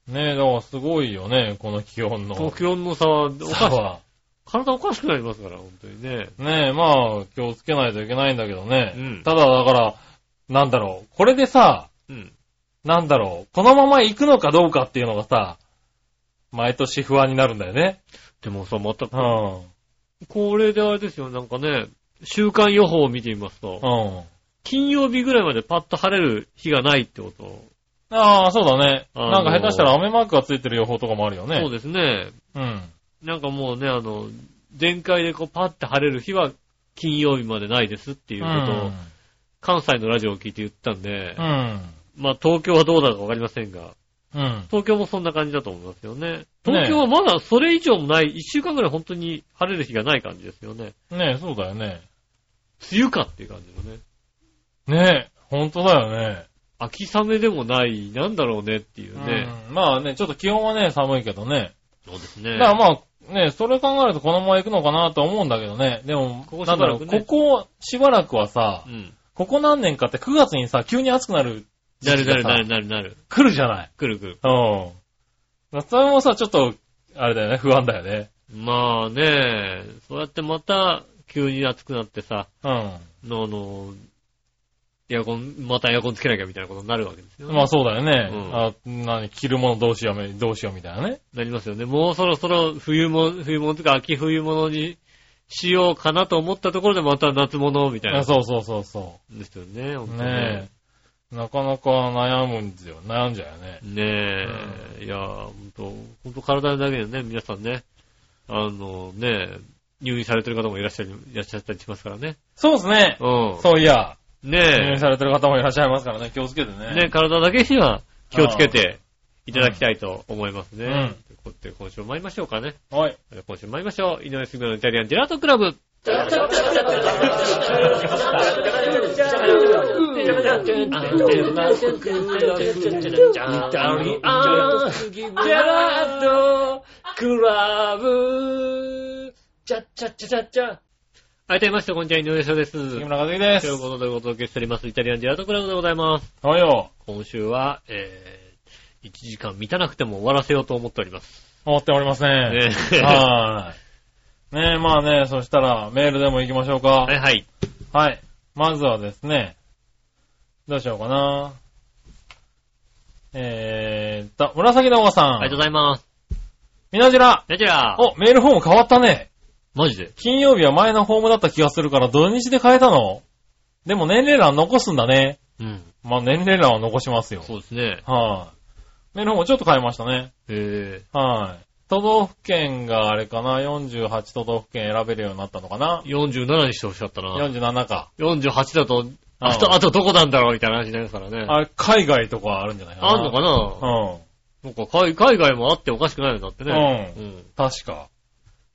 Speaker 2: え。
Speaker 3: ねえ、だからすごいよね、この気温 [LAUGHS] の。
Speaker 2: 東京の差は、おか
Speaker 3: 差
Speaker 2: し
Speaker 3: は。
Speaker 2: 体おかしくなりますから、本当にね。
Speaker 3: ねえ、まあ、気をつけないといけないんだけどね。
Speaker 2: うん
Speaker 3: ただ、だから、なんだろう。これでさ、
Speaker 2: うん。
Speaker 3: なんだろう。このまま行くのかどうかっていうのがさ、毎年不安になるんだよね。
Speaker 2: でもさ、また
Speaker 3: う、ん。
Speaker 2: これであれですよ、なんかね、週間予報を見てみますと、
Speaker 3: うん。
Speaker 2: 金曜日ぐらいまでパッと晴れる日がないってこと。
Speaker 3: ああ、そうだね。
Speaker 2: あのー
Speaker 3: なんか下手したら雨マークがついてる予報とかもあるよね。
Speaker 2: そうですね。
Speaker 3: うん。
Speaker 2: なんかもうね、あの、全開でこうパッて晴れる日は金曜日までないですっていううことを、
Speaker 3: ん。
Speaker 2: 関西のラジオを聞いて言ったんで
Speaker 3: う、ん。
Speaker 2: まあ東京はどうだかわかりませんが、
Speaker 3: うん。
Speaker 2: 東京もそんな感じだと思いますよね。東京はまだそれ以上もない、一週間ぐらい本当に晴れる日がない感じですよね。
Speaker 3: ねえ、そうだよね。
Speaker 2: 梅雨かっていう感じのね。
Speaker 3: ねえ、ほんとだよね。
Speaker 2: 秋雨でもない、なんだろうねっていうね。
Speaker 3: うん、まあね、ちょっと気温はね、寒いけどね。
Speaker 2: そうですね。
Speaker 3: だからまあ、ね、それ考えるとこのまま行くのかなとは思うんだけどね。でも、
Speaker 2: ここし
Speaker 3: な
Speaker 2: ば
Speaker 3: んだ
Speaker 2: ら
Speaker 3: ろ
Speaker 2: く
Speaker 3: う、
Speaker 2: ね
Speaker 3: ここしばらくはさ
Speaker 2: う、ん。
Speaker 3: ここ何年かって9月にさ、急に暑くなる時
Speaker 2: な
Speaker 3: 期
Speaker 2: るなるな
Speaker 3: が
Speaker 2: る
Speaker 3: さ、
Speaker 2: なるなる。
Speaker 3: 来るじゃない。
Speaker 2: くるくる。
Speaker 3: うん。だからそれもさ、ちょっと、あれだよね、不安だよね。
Speaker 2: まあね、そうやってまた急に暑くなってさ、
Speaker 3: う
Speaker 2: の、あの、エアコン、またエアコンつけなきゃみたいなことになるわけですよ、
Speaker 3: ん。
Speaker 2: ね。
Speaker 3: まあそうだよね。
Speaker 2: うん
Speaker 3: あ、何、着るものどうしようめ、どうしようみたいなね。
Speaker 2: なりますよね。もうそろそろ冬も、冬物とか秋冬物にしようかなと思ったところでまた夏物みたいな。
Speaker 3: そうそうそうそ
Speaker 2: ですよね、本
Speaker 3: う。
Speaker 2: 当に
Speaker 3: ね
Speaker 2: ね。
Speaker 3: え。なかなか悩むんですよ。悩んじゃうよね。
Speaker 2: ねえ、いやー、ほんと、ほんと体だけでね、皆さんね、あのね、入院されてる方もいらっしゃる、いらっしゃったりしますからね。
Speaker 3: そうですね。
Speaker 2: うん。
Speaker 3: そういや、入
Speaker 2: ね
Speaker 3: 院されてる方もいらっしゃいますからね、気をつけて
Speaker 2: え、ね体だけには気をつけていただきたいと思います
Speaker 3: うん
Speaker 2: ね。ということで、今週も参りましょうかね。
Speaker 3: はい。
Speaker 2: 今週も参りましょう。井上杉村のイタリアンジェラートクラブ。はい、どうもみなさん、こんにちは、井上翔です。と
Speaker 3: 杉
Speaker 2: いう
Speaker 3: 村和樹で
Speaker 2: こ
Speaker 3: す。
Speaker 2: とでお届けしております、イタリアンジェラートクラブでございます。
Speaker 3: おはよ
Speaker 2: 今週は、えー、1時間満たなくても終わらせようと思っており [LAUGHS] ます。
Speaker 3: う。思っておりますね。
Speaker 2: ね
Speaker 3: はい。ねえ、まあね、そしたらメールでも行きましょうか
Speaker 2: は。いはい。
Speaker 3: はい。まずはですね、どうしようかな。えーっと、紫のおばさん。
Speaker 2: ありがとうございます。
Speaker 3: みなじら。
Speaker 2: じゃあ、
Speaker 3: お、メールフォーム変わったね。
Speaker 2: マジで
Speaker 3: 金曜日は前のフォームだった気がするから土日で変えたのでも年齢欄残すんだね。
Speaker 2: うん。
Speaker 3: まあ年齢欄は残しますよ。はい、
Speaker 2: そうですね。
Speaker 3: メールフォームちょっと変えましたね。
Speaker 2: へ
Speaker 3: はい、都道府県があれかな、48都道府県選べるようになったのかな
Speaker 2: え。47にしてほしかったな。
Speaker 3: 47か。
Speaker 2: 48だと、あ
Speaker 3: うん
Speaker 2: と、あとどこなんだろうみたいな話になりますからね。
Speaker 3: あれ、海外とかあるんじゃないかな。
Speaker 2: あんのかな
Speaker 3: う
Speaker 2: な
Speaker 3: ん。
Speaker 2: んか海海外もあっておかしくないんだってね。。
Speaker 3: うん確か。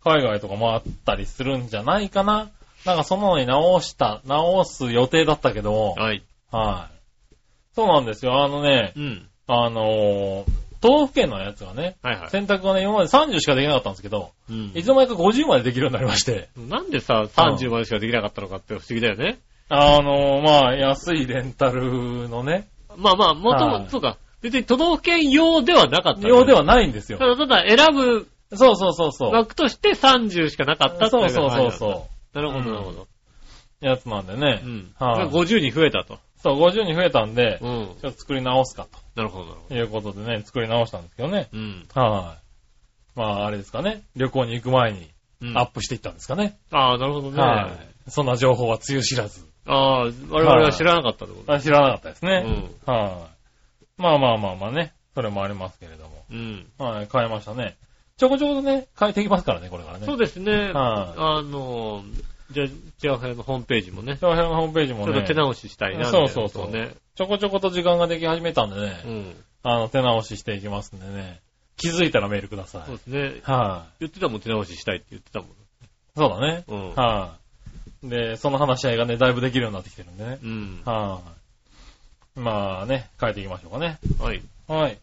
Speaker 3: 海外とかもあったりするんじゃないかな。なんかそんなのに直した、直す予定だったけども。
Speaker 2: はい。
Speaker 3: はい。そうなんですよ。あのね、
Speaker 2: うん。
Speaker 3: あのー、東府県のやつがね、
Speaker 2: はいはい。
Speaker 3: 選択がね、今まで30しかできなかったんですけど、
Speaker 2: うん
Speaker 3: いつの間にか50までできるようになりまして、
Speaker 2: なんでさ、30までしかできなかったのかって不思議だよね。
Speaker 3: あのー、まあ、安いレンタルのね、
Speaker 2: まあまあ、もと
Speaker 3: は
Speaker 2: も、
Speaker 3: い
Speaker 2: そうか。別に都道府県用ではなかったね。
Speaker 3: 用ではないんですよ
Speaker 2: た。だただ選ぶ
Speaker 3: そうそうそうそう。
Speaker 2: 枠として30しかなかったってい
Speaker 3: そううそうそう
Speaker 2: う。
Speaker 3: そ
Speaker 2: なるほど、なるほど。
Speaker 3: う。やつなんでね
Speaker 2: う。ん。
Speaker 3: はい
Speaker 2: 50に増えたと。
Speaker 3: そう、50に増えたんで、
Speaker 2: うん。
Speaker 3: ちょっと作り直すか
Speaker 2: なるほど、なるほ
Speaker 3: ということでね、作り直したんですけどね。
Speaker 2: ど。うん。
Speaker 3: はい。まあ、あれですかね。旅行に行く前に
Speaker 2: うん
Speaker 3: アップしていったんですかね。
Speaker 2: ああ、なるほどね。
Speaker 3: はい。そんな情報はつゆ知らず。
Speaker 2: ああ、我々は知らなかったってこと
Speaker 3: あ知らなかったです
Speaker 2: う
Speaker 3: ね。
Speaker 2: ん。
Speaker 3: はい。まあまあまあまあね。それもありますけれども。
Speaker 2: うん。
Speaker 3: はい、変えましたね。ちょこちょことね、変えていきますからね、これからね。
Speaker 2: そう
Speaker 3: う
Speaker 2: ですね。
Speaker 3: はい
Speaker 2: あの、じゃ、じゃあ、のホームページもね、ち
Speaker 3: 長編のホームページも
Speaker 2: ょっと
Speaker 3: ね
Speaker 2: 手、直ししたいな。
Speaker 3: そうそうそう
Speaker 2: みたいなこ
Speaker 3: ちょこちょこと時間ができ始めたんでね、
Speaker 2: とをね。うん。
Speaker 3: あの、手直ししていきますんでね、気づいたらメールください。
Speaker 2: そう
Speaker 3: はい、
Speaker 2: ですね。言ってたもん、手直ししたいって言ってたもん。
Speaker 3: そうだね。
Speaker 2: うん。
Speaker 3: はい、で、その話し合いがね、だいぶできるようになってきてるんでね。はい、
Speaker 2: うん。
Speaker 3: まあね、変えていきましょうかね。
Speaker 2: はい。
Speaker 3: はい。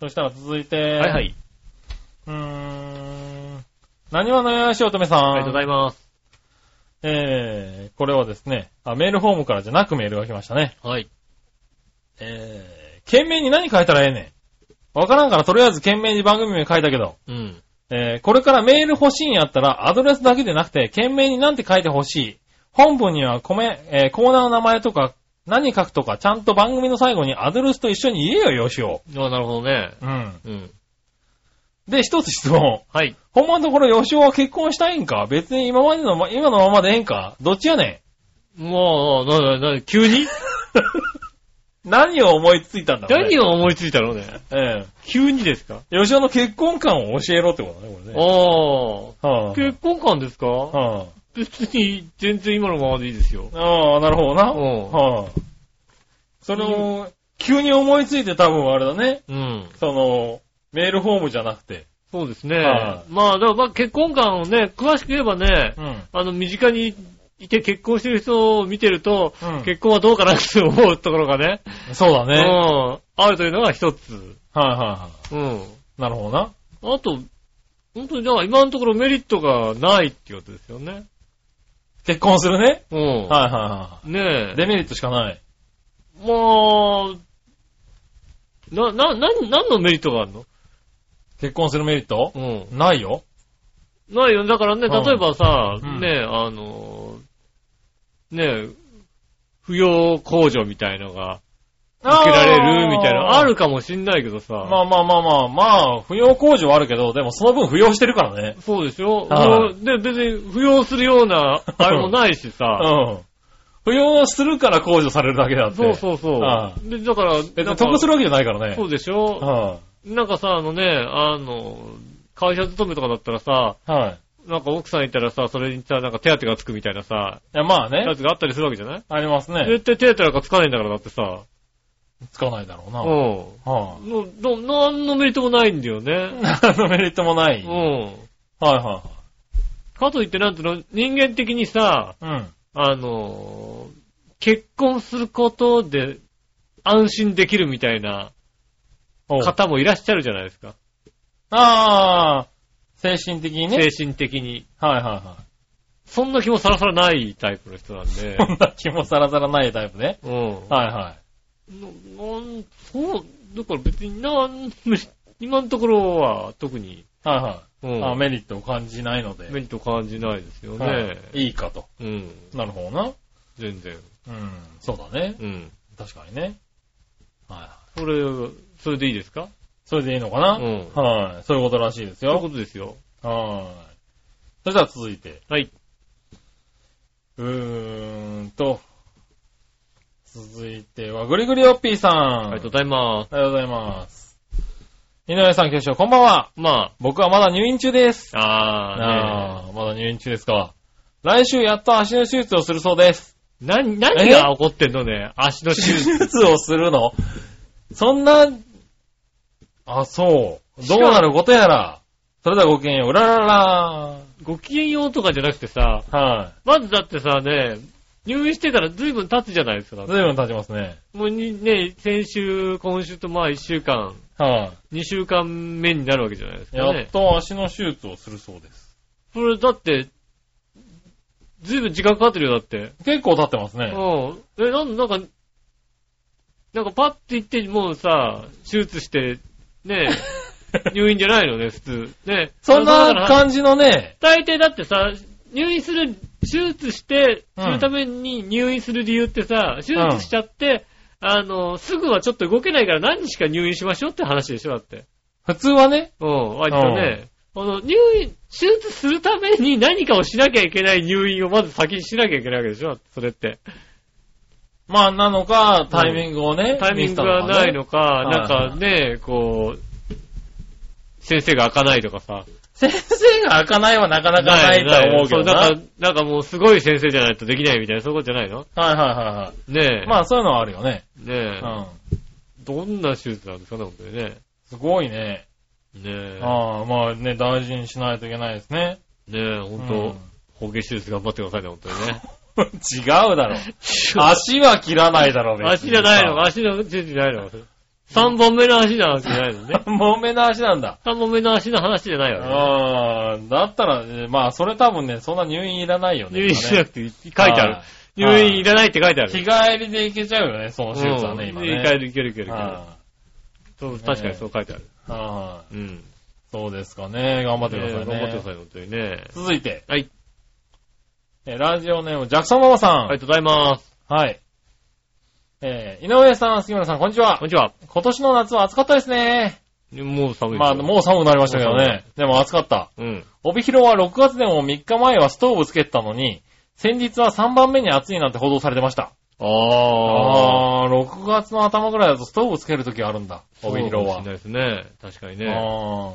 Speaker 3: そしたら続いて、
Speaker 2: はいはい。
Speaker 3: うーん。何はのよしおとめさん。
Speaker 2: ありがとうございます。
Speaker 3: えー、これはですね、あ、メールフォームからじゃなくメールが来ましたね。
Speaker 2: はい。
Speaker 3: えー、件名に何書いたらええねん。わからんからとりあえず件名に番組名書いたけど、
Speaker 2: うん。
Speaker 3: えー、これからメール欲しいんやったらアドレスだけでなくて、件名に何て書いてほしい。本文にはコメ、えー、コーナーの名前とか、何書くとか、ちゃんと番組の最後にアドレスと一緒に言えよ、よしお。
Speaker 2: ああ、なるほどね。
Speaker 3: うん。
Speaker 2: うん。
Speaker 3: で、一つ質問。
Speaker 2: はい。
Speaker 3: ほんまのところ、吉尾は結婚したいんか別に今までのま、今のままでええんかどっちやね
Speaker 2: もう、な、な、な、急
Speaker 3: [LAUGHS]
Speaker 2: に
Speaker 3: ん [LAUGHS] 何を思いついたんだろう、ね、
Speaker 2: 何を思いついたのね。
Speaker 3: え
Speaker 2: 急にですか
Speaker 3: え。吉尾の結婚観を教えろってことだね、これね。
Speaker 2: あ
Speaker 3: は
Speaker 2: あ。
Speaker 3: あ、
Speaker 2: 結婚観ですか
Speaker 3: は
Speaker 2: 別に、全然今のままでいいですよ。
Speaker 3: あ、ああ、なるほどな。
Speaker 2: うん
Speaker 3: はあ、それを、急に思いついて多分あれだね。
Speaker 2: うん。
Speaker 3: その、メールフォームじゃなくて。
Speaker 2: そうですね。
Speaker 3: はい
Speaker 2: まあ、だからまあ結婚観をね、詳しく言えばね、
Speaker 3: うん。
Speaker 2: あの、身近にいて結婚してる人を見てると、
Speaker 3: うん
Speaker 2: 結婚はどうかなって思うところがね、
Speaker 3: そうだ
Speaker 2: う
Speaker 3: ね。はい、
Speaker 2: ん、あるというのが一つ。
Speaker 3: は
Speaker 2: うん。
Speaker 3: いはい。なるほどな。
Speaker 2: あと、本当に、だから今のところメリットがないってことですよね。
Speaker 3: 結婚するね。
Speaker 2: うん。
Speaker 3: はいはいは
Speaker 2: ねえ。
Speaker 3: い。デメリットしかない。
Speaker 2: まあ、な、な、な、何のメリットがあるの
Speaker 3: 結婚するメリット、
Speaker 2: うん。
Speaker 3: ないよ。
Speaker 2: ないよ。だからね、
Speaker 3: うん
Speaker 2: 例えばさ、
Speaker 3: うん
Speaker 2: ねえ、あの、ねえ、扶養控除みたいのが受けられるみたいなのあるかもしんないけどさ、
Speaker 3: まあまあまあまあ、まあ、扶養控除はあるけど、でもその分扶養してるからね。
Speaker 2: そうでしょ、
Speaker 3: はい
Speaker 2: そうで、別に扶養するようなあれもないし
Speaker 3: う
Speaker 2: さ、
Speaker 3: ん。扶養するから控除されるだけだって。
Speaker 2: そうそうそう。
Speaker 3: は
Speaker 2: で、だから、
Speaker 3: 別
Speaker 2: な
Speaker 3: に
Speaker 2: んか
Speaker 3: 得するわけじゃないからね。
Speaker 2: そうでしょ、
Speaker 3: は
Speaker 2: なんかさ、あのね、あの、会社勤めとかだったらさ、
Speaker 3: い。はい。い
Speaker 2: なんか奥さんいたらさ、それにさ、なんか手当てがつくみたいなさ、
Speaker 3: や、まあ
Speaker 2: や
Speaker 3: ね。
Speaker 2: つがあったりするわけじゃない
Speaker 3: ありますね。
Speaker 2: 絶対手当てなんかつかないんだからだってさ、
Speaker 3: つかないだろうな。
Speaker 2: う
Speaker 3: は
Speaker 2: ん。
Speaker 3: あ。 [LAUGHS]
Speaker 2: の、ど、なんのメリットもないんだよね。
Speaker 3: 何のメリットもない。
Speaker 2: う
Speaker 3: はい
Speaker 2: ん。
Speaker 3: はいは
Speaker 2: かといってなんていうの、人間的にさ、
Speaker 3: うん。
Speaker 2: あのー結婚することで安心できるみたいな
Speaker 3: おう
Speaker 2: 方もいらっしゃるじゃないですか。
Speaker 3: ああ、精神的にね。
Speaker 2: 精神的に。
Speaker 3: はいは
Speaker 2: そんな気もさらさらないタイプの人なんで
Speaker 3: [LAUGHS] いは。い。こんな気もさらさらないタイプね。
Speaker 2: うん。
Speaker 3: はいは
Speaker 2: ななんそう、だから別になん、 [LAUGHS] 今のところは特に、
Speaker 3: い。はいは
Speaker 2: う
Speaker 3: い。
Speaker 2: ん
Speaker 3: あメリットを感じないので。
Speaker 2: メリット感じないですよね。
Speaker 3: はいいいかと。
Speaker 2: うん。
Speaker 3: なるほどな。
Speaker 2: 全然。
Speaker 3: うん。そうだね。
Speaker 2: うん。
Speaker 3: 確かにね。はいはい。
Speaker 2: それ、それでいいですか
Speaker 3: それでいいのかな
Speaker 2: うん
Speaker 3: はい。そういうことらしいで
Speaker 2: そ
Speaker 3: す
Speaker 2: ういう
Speaker 3: よ
Speaker 2: こ。とですよ。
Speaker 3: はい。それでは続いて。
Speaker 2: はい。
Speaker 3: うーんと。続いては、ぐりぐりおっぴーさん。
Speaker 2: あ
Speaker 3: あ
Speaker 2: りがとうございます。
Speaker 3: りがとうございます。井上さん、局長、こんばんは。
Speaker 2: ま
Speaker 3: 僕はまだ入院中です。
Speaker 2: あ、ああ、ね
Speaker 3: あー、まだ入院中ですか。来週やっと足の手術をするそうです。
Speaker 2: 何、何が起こってんのね足の手
Speaker 3: 手
Speaker 2: [LAUGHS] 術。
Speaker 3: 術をするのそんな、あ、そう。どうなることやら。それではごきげんよう。うららら
Speaker 2: ご機嫌ようとかじゃなくてさ、
Speaker 3: ら。は
Speaker 2: まずだってさ、ね、入院してから随分経つじゃないですか。
Speaker 3: い。ずいぶん経ちますね。
Speaker 2: もうにね、先週、今週とまあ1週間、
Speaker 3: は
Speaker 2: 2週間目になるわけじゃないです
Speaker 3: い。
Speaker 2: か
Speaker 3: やっ
Speaker 2: ね。
Speaker 3: と足の手術をするそうです。
Speaker 2: それだって、随分時間かかってるよ、だって。
Speaker 3: 結構経ってますね。
Speaker 2: うん。え、なんなんか、なんかパッて行って、もうさ、手術して、
Speaker 3: [LAUGHS]
Speaker 2: ね、入院じゃないのね、普通。ね。
Speaker 3: そん
Speaker 2: だから
Speaker 3: な感じのね、
Speaker 2: 大抵だってさ、入院する、手術して、
Speaker 3: うん
Speaker 2: するために入院する理由ってさ、手術しちゃって、あの、すぐはちょっと動けないから何日か入院しましょうって話でしょ、だって。
Speaker 3: 普通はね、
Speaker 2: うん、割とね。この入院、手術するために何かをしなきゃいけない入院をまず先にしなきゃいけないわけでしょ、それって。
Speaker 3: まあなのか、タイミングをね、
Speaker 2: タイミングがないの
Speaker 3: か。
Speaker 2: か、
Speaker 3: ミス
Speaker 2: なん
Speaker 3: ったのかね
Speaker 2: かね、こう、先生が開かないとかさ。
Speaker 3: 先生が開かないはなかなかないとは思うけどな。
Speaker 2: そうなんか、なんかもうすごい先生じゃないとできないみたいな、そういうことじゃないの
Speaker 3: はいはいはいは
Speaker 2: ねえ。
Speaker 3: い。まあそういうのはあるよね。
Speaker 2: ねえ、
Speaker 3: うん。
Speaker 2: どんな手術なんですかね、本当にね。
Speaker 3: すごいね。
Speaker 2: ねえ。
Speaker 3: ああ、まあね、大事にしないといけないですね。
Speaker 2: ねえ、本
Speaker 3: う
Speaker 2: 当
Speaker 3: ん、
Speaker 2: 包茎手術頑張ってくださいね、本当に
Speaker 3: [LAUGHS]
Speaker 2: ね。
Speaker 3: 違う
Speaker 2: [LAUGHS]
Speaker 3: だろ。足は切らないだろ、別に
Speaker 2: 足じゃないの、。足の手術じゃないの。3本目の足の話じゃないの [LAUGHS]
Speaker 3: [LAUGHS]
Speaker 2: ね。
Speaker 3: もめの足なんだ。
Speaker 2: 3本目の足の話じゃないわね。
Speaker 3: ああ、だったら、えーまあそれ多分ね、そんな入院いらないよね。
Speaker 2: 入院しなくていい書いて
Speaker 3: 今ね
Speaker 2: ある
Speaker 3: は。
Speaker 2: 入院いらないって書いてある。
Speaker 3: 日帰りで行けちゃうよね、その手術は
Speaker 2: うん
Speaker 3: ね、今
Speaker 2: いけ
Speaker 3: ね。
Speaker 2: るいけるいけるいける。
Speaker 3: は
Speaker 2: そう確かにそう書いてある。
Speaker 3: いは
Speaker 2: うん。
Speaker 3: いそうですかね。頑張ってください
Speaker 2: ね
Speaker 3: ね。
Speaker 2: え頑張ってください、本当にね。
Speaker 3: 続いて、
Speaker 2: はい。
Speaker 3: えラジオネーム、ジャクソンママさん。
Speaker 2: ありがとうございます。
Speaker 3: はい。えー井上さん、杉村さん、こんにちは
Speaker 2: こん。にちは。
Speaker 3: 今年の夏は暑かったですね。
Speaker 2: もう寒いですよ
Speaker 3: まあ、もう寒くなりましたけどね。でも暑かった。
Speaker 2: うん。
Speaker 3: 帯広は6月でも3日前はストーブつけてたのに、先日は3番目に暑いなんて報道されてました。
Speaker 2: ああ。
Speaker 3: あー、6月の頭ぐらいだとストーブつけるときあるんだ。帯
Speaker 2: そ
Speaker 3: 広
Speaker 2: う
Speaker 3: は。
Speaker 2: かもしれないですね。確かにね。
Speaker 3: あー。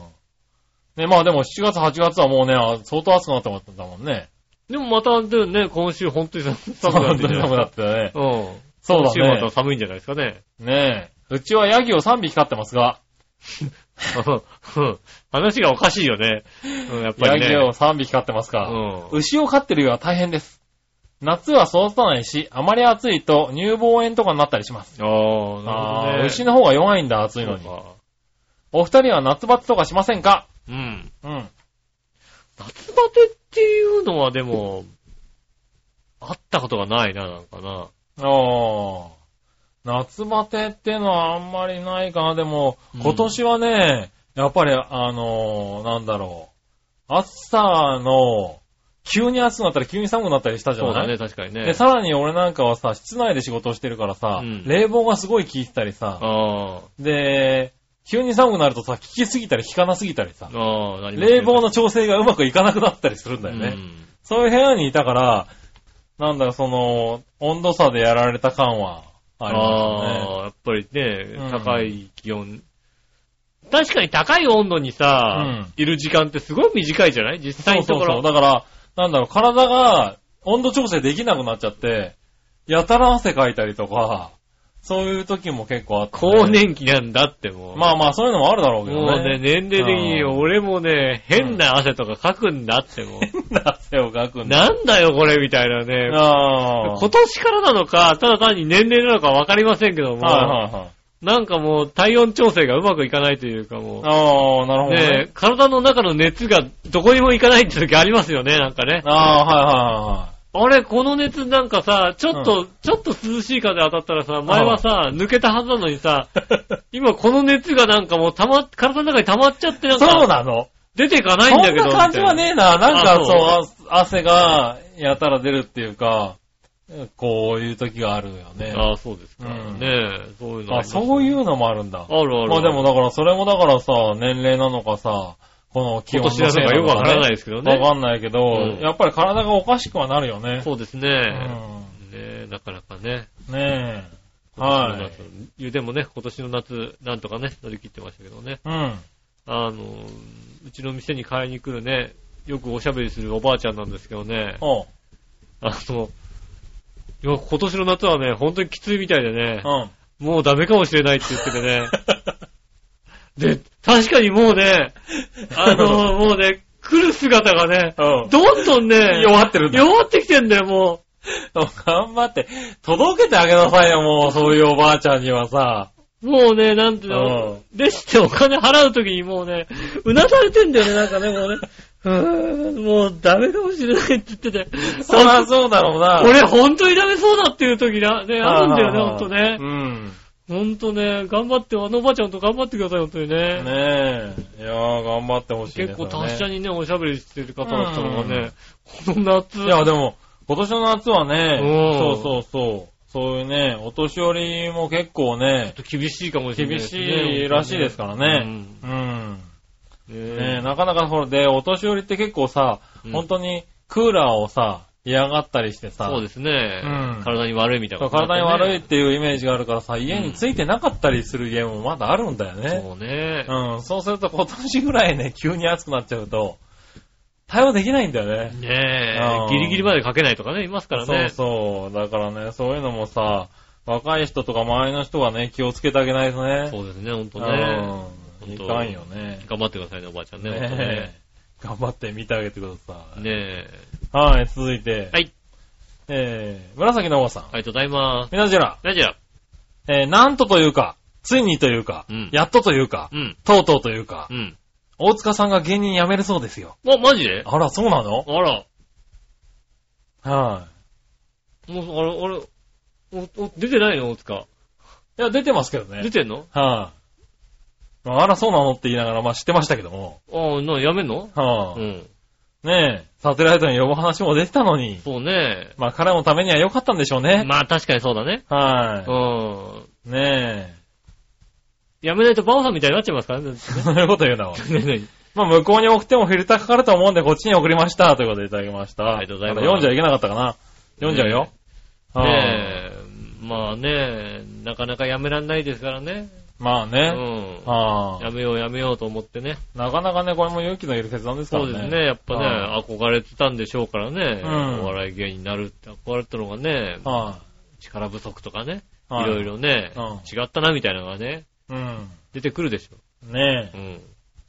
Speaker 3: ね、まあでも7月、8月はもうね、あ相当暑くなってまったもんね。
Speaker 2: でもまた、でもね、今週本当に寒
Speaker 3: そう
Speaker 2: くなってるじゃ
Speaker 3: だ
Speaker 2: ない
Speaker 3: 寒
Speaker 2: で
Speaker 3: く
Speaker 2: す
Speaker 3: な
Speaker 2: か。
Speaker 3: ってたね。
Speaker 2: うん。
Speaker 3: そうだ
Speaker 2: 今週また
Speaker 3: ね。
Speaker 2: 寒いんじゃないですかね。
Speaker 3: ねえ。うちはヤギを3匹飼ってますが、
Speaker 2: うん話がおかしいよね。うん、やっぱ
Speaker 3: ヤ
Speaker 2: りね。
Speaker 3: ギを3匹飼ってますか。
Speaker 2: う
Speaker 3: 牛を飼ってるよりは大変です。夏は育たないし、あまり暑いと乳房炎とかになったりします。
Speaker 2: ん。ああ、なるほどね。
Speaker 3: あー牛の方が弱いんだ、暑いの
Speaker 2: そ
Speaker 3: に。
Speaker 2: うか
Speaker 3: お二人は夏バテとかしませんか
Speaker 2: うん。
Speaker 3: うん。
Speaker 2: 夏バテっていうのはでも、あったことがないな、なんかな。
Speaker 3: あー。夏バテってのはあんまりないかな。でも、
Speaker 2: うん
Speaker 3: 今年はね、やっぱり、あのーなんだろう。暑さの、急に暑くなったり、急に寒くなったりしたじゃ
Speaker 2: そう
Speaker 3: ない
Speaker 2: だね、確かにね
Speaker 3: で、。さらに俺なんかはさ、室内で仕事をしてるからさ、
Speaker 2: うん
Speaker 3: 冷房がすごい効いてたりさ、
Speaker 2: あ
Speaker 3: で、急に寒くなるとさ、効きすぎたり効かなすぎたりさ
Speaker 2: あ、、ああ、なりますね
Speaker 3: 冷房の調整がうまくいかなくなったりするんだよね。
Speaker 2: うん
Speaker 3: そういう部屋にいたから、なんだろう、その、温度差でやられた感はありますよね。
Speaker 2: ああ、やっぱりね
Speaker 3: う、ん
Speaker 2: 高い気温。確かに高い温度にさ、いる時間ってすごい短いじゃない実際
Speaker 3: そう
Speaker 2: のと
Speaker 3: そ
Speaker 2: こ
Speaker 3: うそう。
Speaker 2: ろ。
Speaker 3: だから、なんだろう、体が温度調整できなくなっちゃって、やたら汗かいたりとか、そういう時も結構あって、
Speaker 2: 更年期なんだってもう。
Speaker 3: まあまあ、そういうのもあるだろうけど
Speaker 2: もうね、年齢的に
Speaker 3: うん
Speaker 2: 俺もね、変な汗とかかくんだってもう。
Speaker 3: な [LAUGHS] 汗をかくんだ。
Speaker 2: なんだよこれみたいなね。
Speaker 3: ああ。
Speaker 2: 今年からなのか、ただ単に年齢なのかわかりませんけども、
Speaker 3: はいはいはい。
Speaker 2: なんかもう体温調整がうまくいかないというかも
Speaker 3: ああ、なる
Speaker 2: う、
Speaker 3: ほどね
Speaker 2: ね。体の中の熱がどこにも行かないって時ありますよね、なんかね。
Speaker 3: ああ、はいはいはいはい。
Speaker 2: あれ、この熱なんかさ、ちょっと、ちょっと涼しい風当たったらさ、前はさ、抜けたはずなのにさ、今この熱がなんかもう溜まっ、体の中に溜まっちゃってなん
Speaker 3: そう
Speaker 2: か、
Speaker 3: なの
Speaker 2: 出ていかない
Speaker 3: そ
Speaker 2: んだ
Speaker 3: ん
Speaker 2: けど。
Speaker 3: な感じはねえな。なん
Speaker 2: あ
Speaker 3: か
Speaker 2: そう
Speaker 3: そう、あ汗がやたら出るっていうか、こういう時があるよ
Speaker 2: みた
Speaker 3: ね
Speaker 2: い。な。ああ、そうですか。
Speaker 3: うん
Speaker 2: ねえ、そういうの。
Speaker 3: あ、そういううのもあるんだ。
Speaker 2: あるある。
Speaker 3: まあでも、だから、それもだからさ、年齢なのかさ、この気
Speaker 2: 今
Speaker 3: 温の
Speaker 2: 年は
Speaker 3: せ
Speaker 2: ないん
Speaker 3: な
Speaker 2: かよ
Speaker 3: の
Speaker 2: くわからない
Speaker 3: ね
Speaker 2: ですけどね。
Speaker 3: わかんないけど、
Speaker 2: うん
Speaker 3: やっぱり体がおかしくはなるよね。
Speaker 2: そうですね。ねえ、なかなかね。
Speaker 3: うんねえ。
Speaker 2: 今
Speaker 3: は
Speaker 2: 年の夏でもね、今年の夏、なんとかね、乗り切ってましたけどね。
Speaker 3: い。うん。
Speaker 2: あの、うちの店に買いに来るね、よくおしゃべりするおばあちゃんなんですけどね。
Speaker 3: おう。
Speaker 2: あの、いや今年の夏はね、本当にきついみたいでね
Speaker 3: う、ん。
Speaker 2: もうダメかもしれないって言ってて
Speaker 3: [LAUGHS]
Speaker 2: ね。で、確かにもうね、あ
Speaker 3: [LAUGHS]
Speaker 2: の、もうね、来る姿がね、
Speaker 3: うん。
Speaker 2: どんどんね、
Speaker 3: 弱ってるんだ。
Speaker 2: 弱ってきてんだよ、も
Speaker 3: 頑張って、届けてあげなさいよ、もう、そういうおばあちゃんにはさ。
Speaker 2: う。もうね、なんていう
Speaker 3: う
Speaker 2: の、でしてお金払うときにもうね、うなされてんだよね、なんかね、もうね、 [LAUGHS] うーん、もうダメかもしれないって言ってて、
Speaker 3: そりゃそうだろうな。
Speaker 2: 俺本当にダメそうだっていう時な、ね、あるんだよね、
Speaker 3: は
Speaker 2: ほんと
Speaker 3: いはいは
Speaker 2: ね。
Speaker 3: い
Speaker 2: ほんとね、頑張って、あのおばあちゃんと頑張ってください、ほんとに
Speaker 3: うん。
Speaker 2: ね。
Speaker 3: ねえ。いやー、頑張ってほしいです
Speaker 2: 結
Speaker 3: よね。
Speaker 2: 構達者にね、おしゃべりしてる方だったのがね、この夏。
Speaker 3: いや、でも、今年の夏はね、
Speaker 2: うん
Speaker 3: そうそうそう、そういうね、お年寄りも結構ね、
Speaker 2: 厳しいかもしれない
Speaker 3: 厳
Speaker 2: です
Speaker 3: し
Speaker 2: ね。
Speaker 3: いらしいですからね。
Speaker 2: う
Speaker 3: うん。
Speaker 2: ん。ね
Speaker 3: ねなかなかそれで、お年寄りって結構さ、
Speaker 2: うん
Speaker 3: 本当にクーラーをさ、嫌がったりしてさ、
Speaker 2: そうですね、
Speaker 3: うん
Speaker 2: 体に悪いみたい
Speaker 3: そ
Speaker 2: な
Speaker 3: う体に悪いっ
Speaker 2: い。
Speaker 3: ていうイメージがあるからさ、家についてなかったりする家もまだあるんだよね。
Speaker 2: そうね。
Speaker 3: うん、そうすると今年ぐらいね、急に暑くなっちゃうと、対応できないんだよね。
Speaker 2: ね
Speaker 3: うん
Speaker 2: え、ギリギリまでかけないとかね、いますからね。
Speaker 3: そうそう。だからね、そういうのもさ、若い人とか周りの人がね、気をつけてあげないとね。
Speaker 2: そうですね、ほんと
Speaker 3: う
Speaker 2: ね。
Speaker 3: ん。
Speaker 2: 本
Speaker 3: い
Speaker 2: 当
Speaker 3: かんよね。
Speaker 2: 頑張ってくださいね、おばあちゃんね。ほんと
Speaker 3: ね
Speaker 2: ね
Speaker 3: え頑張って見てあげてください。
Speaker 2: ね
Speaker 3: はい、続いて。
Speaker 2: え。はい、
Speaker 3: えー、紫のおばさん。
Speaker 2: ありがとうございます。
Speaker 3: みなじら、
Speaker 2: ラジラ。
Speaker 3: えー、なんとというか、ついにというか、
Speaker 2: うん
Speaker 3: やっとというか、
Speaker 2: うん。
Speaker 3: とうとうというか、
Speaker 2: うん。
Speaker 3: 大塚さんが芸人辞めるそうですよ。
Speaker 2: あ、マジで
Speaker 3: あら、そうなの
Speaker 2: あら。
Speaker 3: は
Speaker 2: もう、あれ、あれ、おお出てないの大塚。
Speaker 3: い。いや、出てますけどね。
Speaker 2: 出てんの
Speaker 3: はい、まあ。あら、そうなのって言いながら、まあ知ってましたけども。
Speaker 2: ああ、な、やめんの
Speaker 3: は
Speaker 2: う
Speaker 3: い。
Speaker 2: ん。
Speaker 3: ねえ、サテライトに呼ぶ話も出てたのに、
Speaker 2: そうね。
Speaker 3: まあ彼のためには良かったんでしょうね。
Speaker 2: まあ確かにそうだね。う
Speaker 3: は
Speaker 2: ん。
Speaker 3: い。ね
Speaker 2: やめないとバオさんみたいになっちゃいますからね。ね [LAUGHS]
Speaker 3: え、そういうこと言うな。おい
Speaker 2: えね
Speaker 3: まあ向こうに送ってもフィルターかかると思うんでこっちに送りました。ということでいただきました。
Speaker 2: ありがとうございます
Speaker 3: まだ読んじゃいけなかったかな。読んじゃうよ。
Speaker 2: え
Speaker 3: はい
Speaker 2: ねえまあねえ、なかなかやめらんないですからね。
Speaker 3: まあ
Speaker 2: う
Speaker 3: ね。
Speaker 2: ん。
Speaker 3: は
Speaker 2: やめようやめようと思ってね。
Speaker 3: いなかなかね、これも勇気のいる決断ですから
Speaker 2: そう
Speaker 3: ね。
Speaker 2: ですね。やっぱね、憧れてたんでしょうからね。
Speaker 3: うん
Speaker 2: お笑い芸人になるって憧れてたのがね、
Speaker 3: は
Speaker 2: 力不足とかね、い
Speaker 3: い。はい。
Speaker 2: ろい。ろね、
Speaker 3: う
Speaker 2: 違ったなみたいなのがね、
Speaker 3: うん。
Speaker 2: 出てくるでしょ。
Speaker 3: ね
Speaker 2: うん。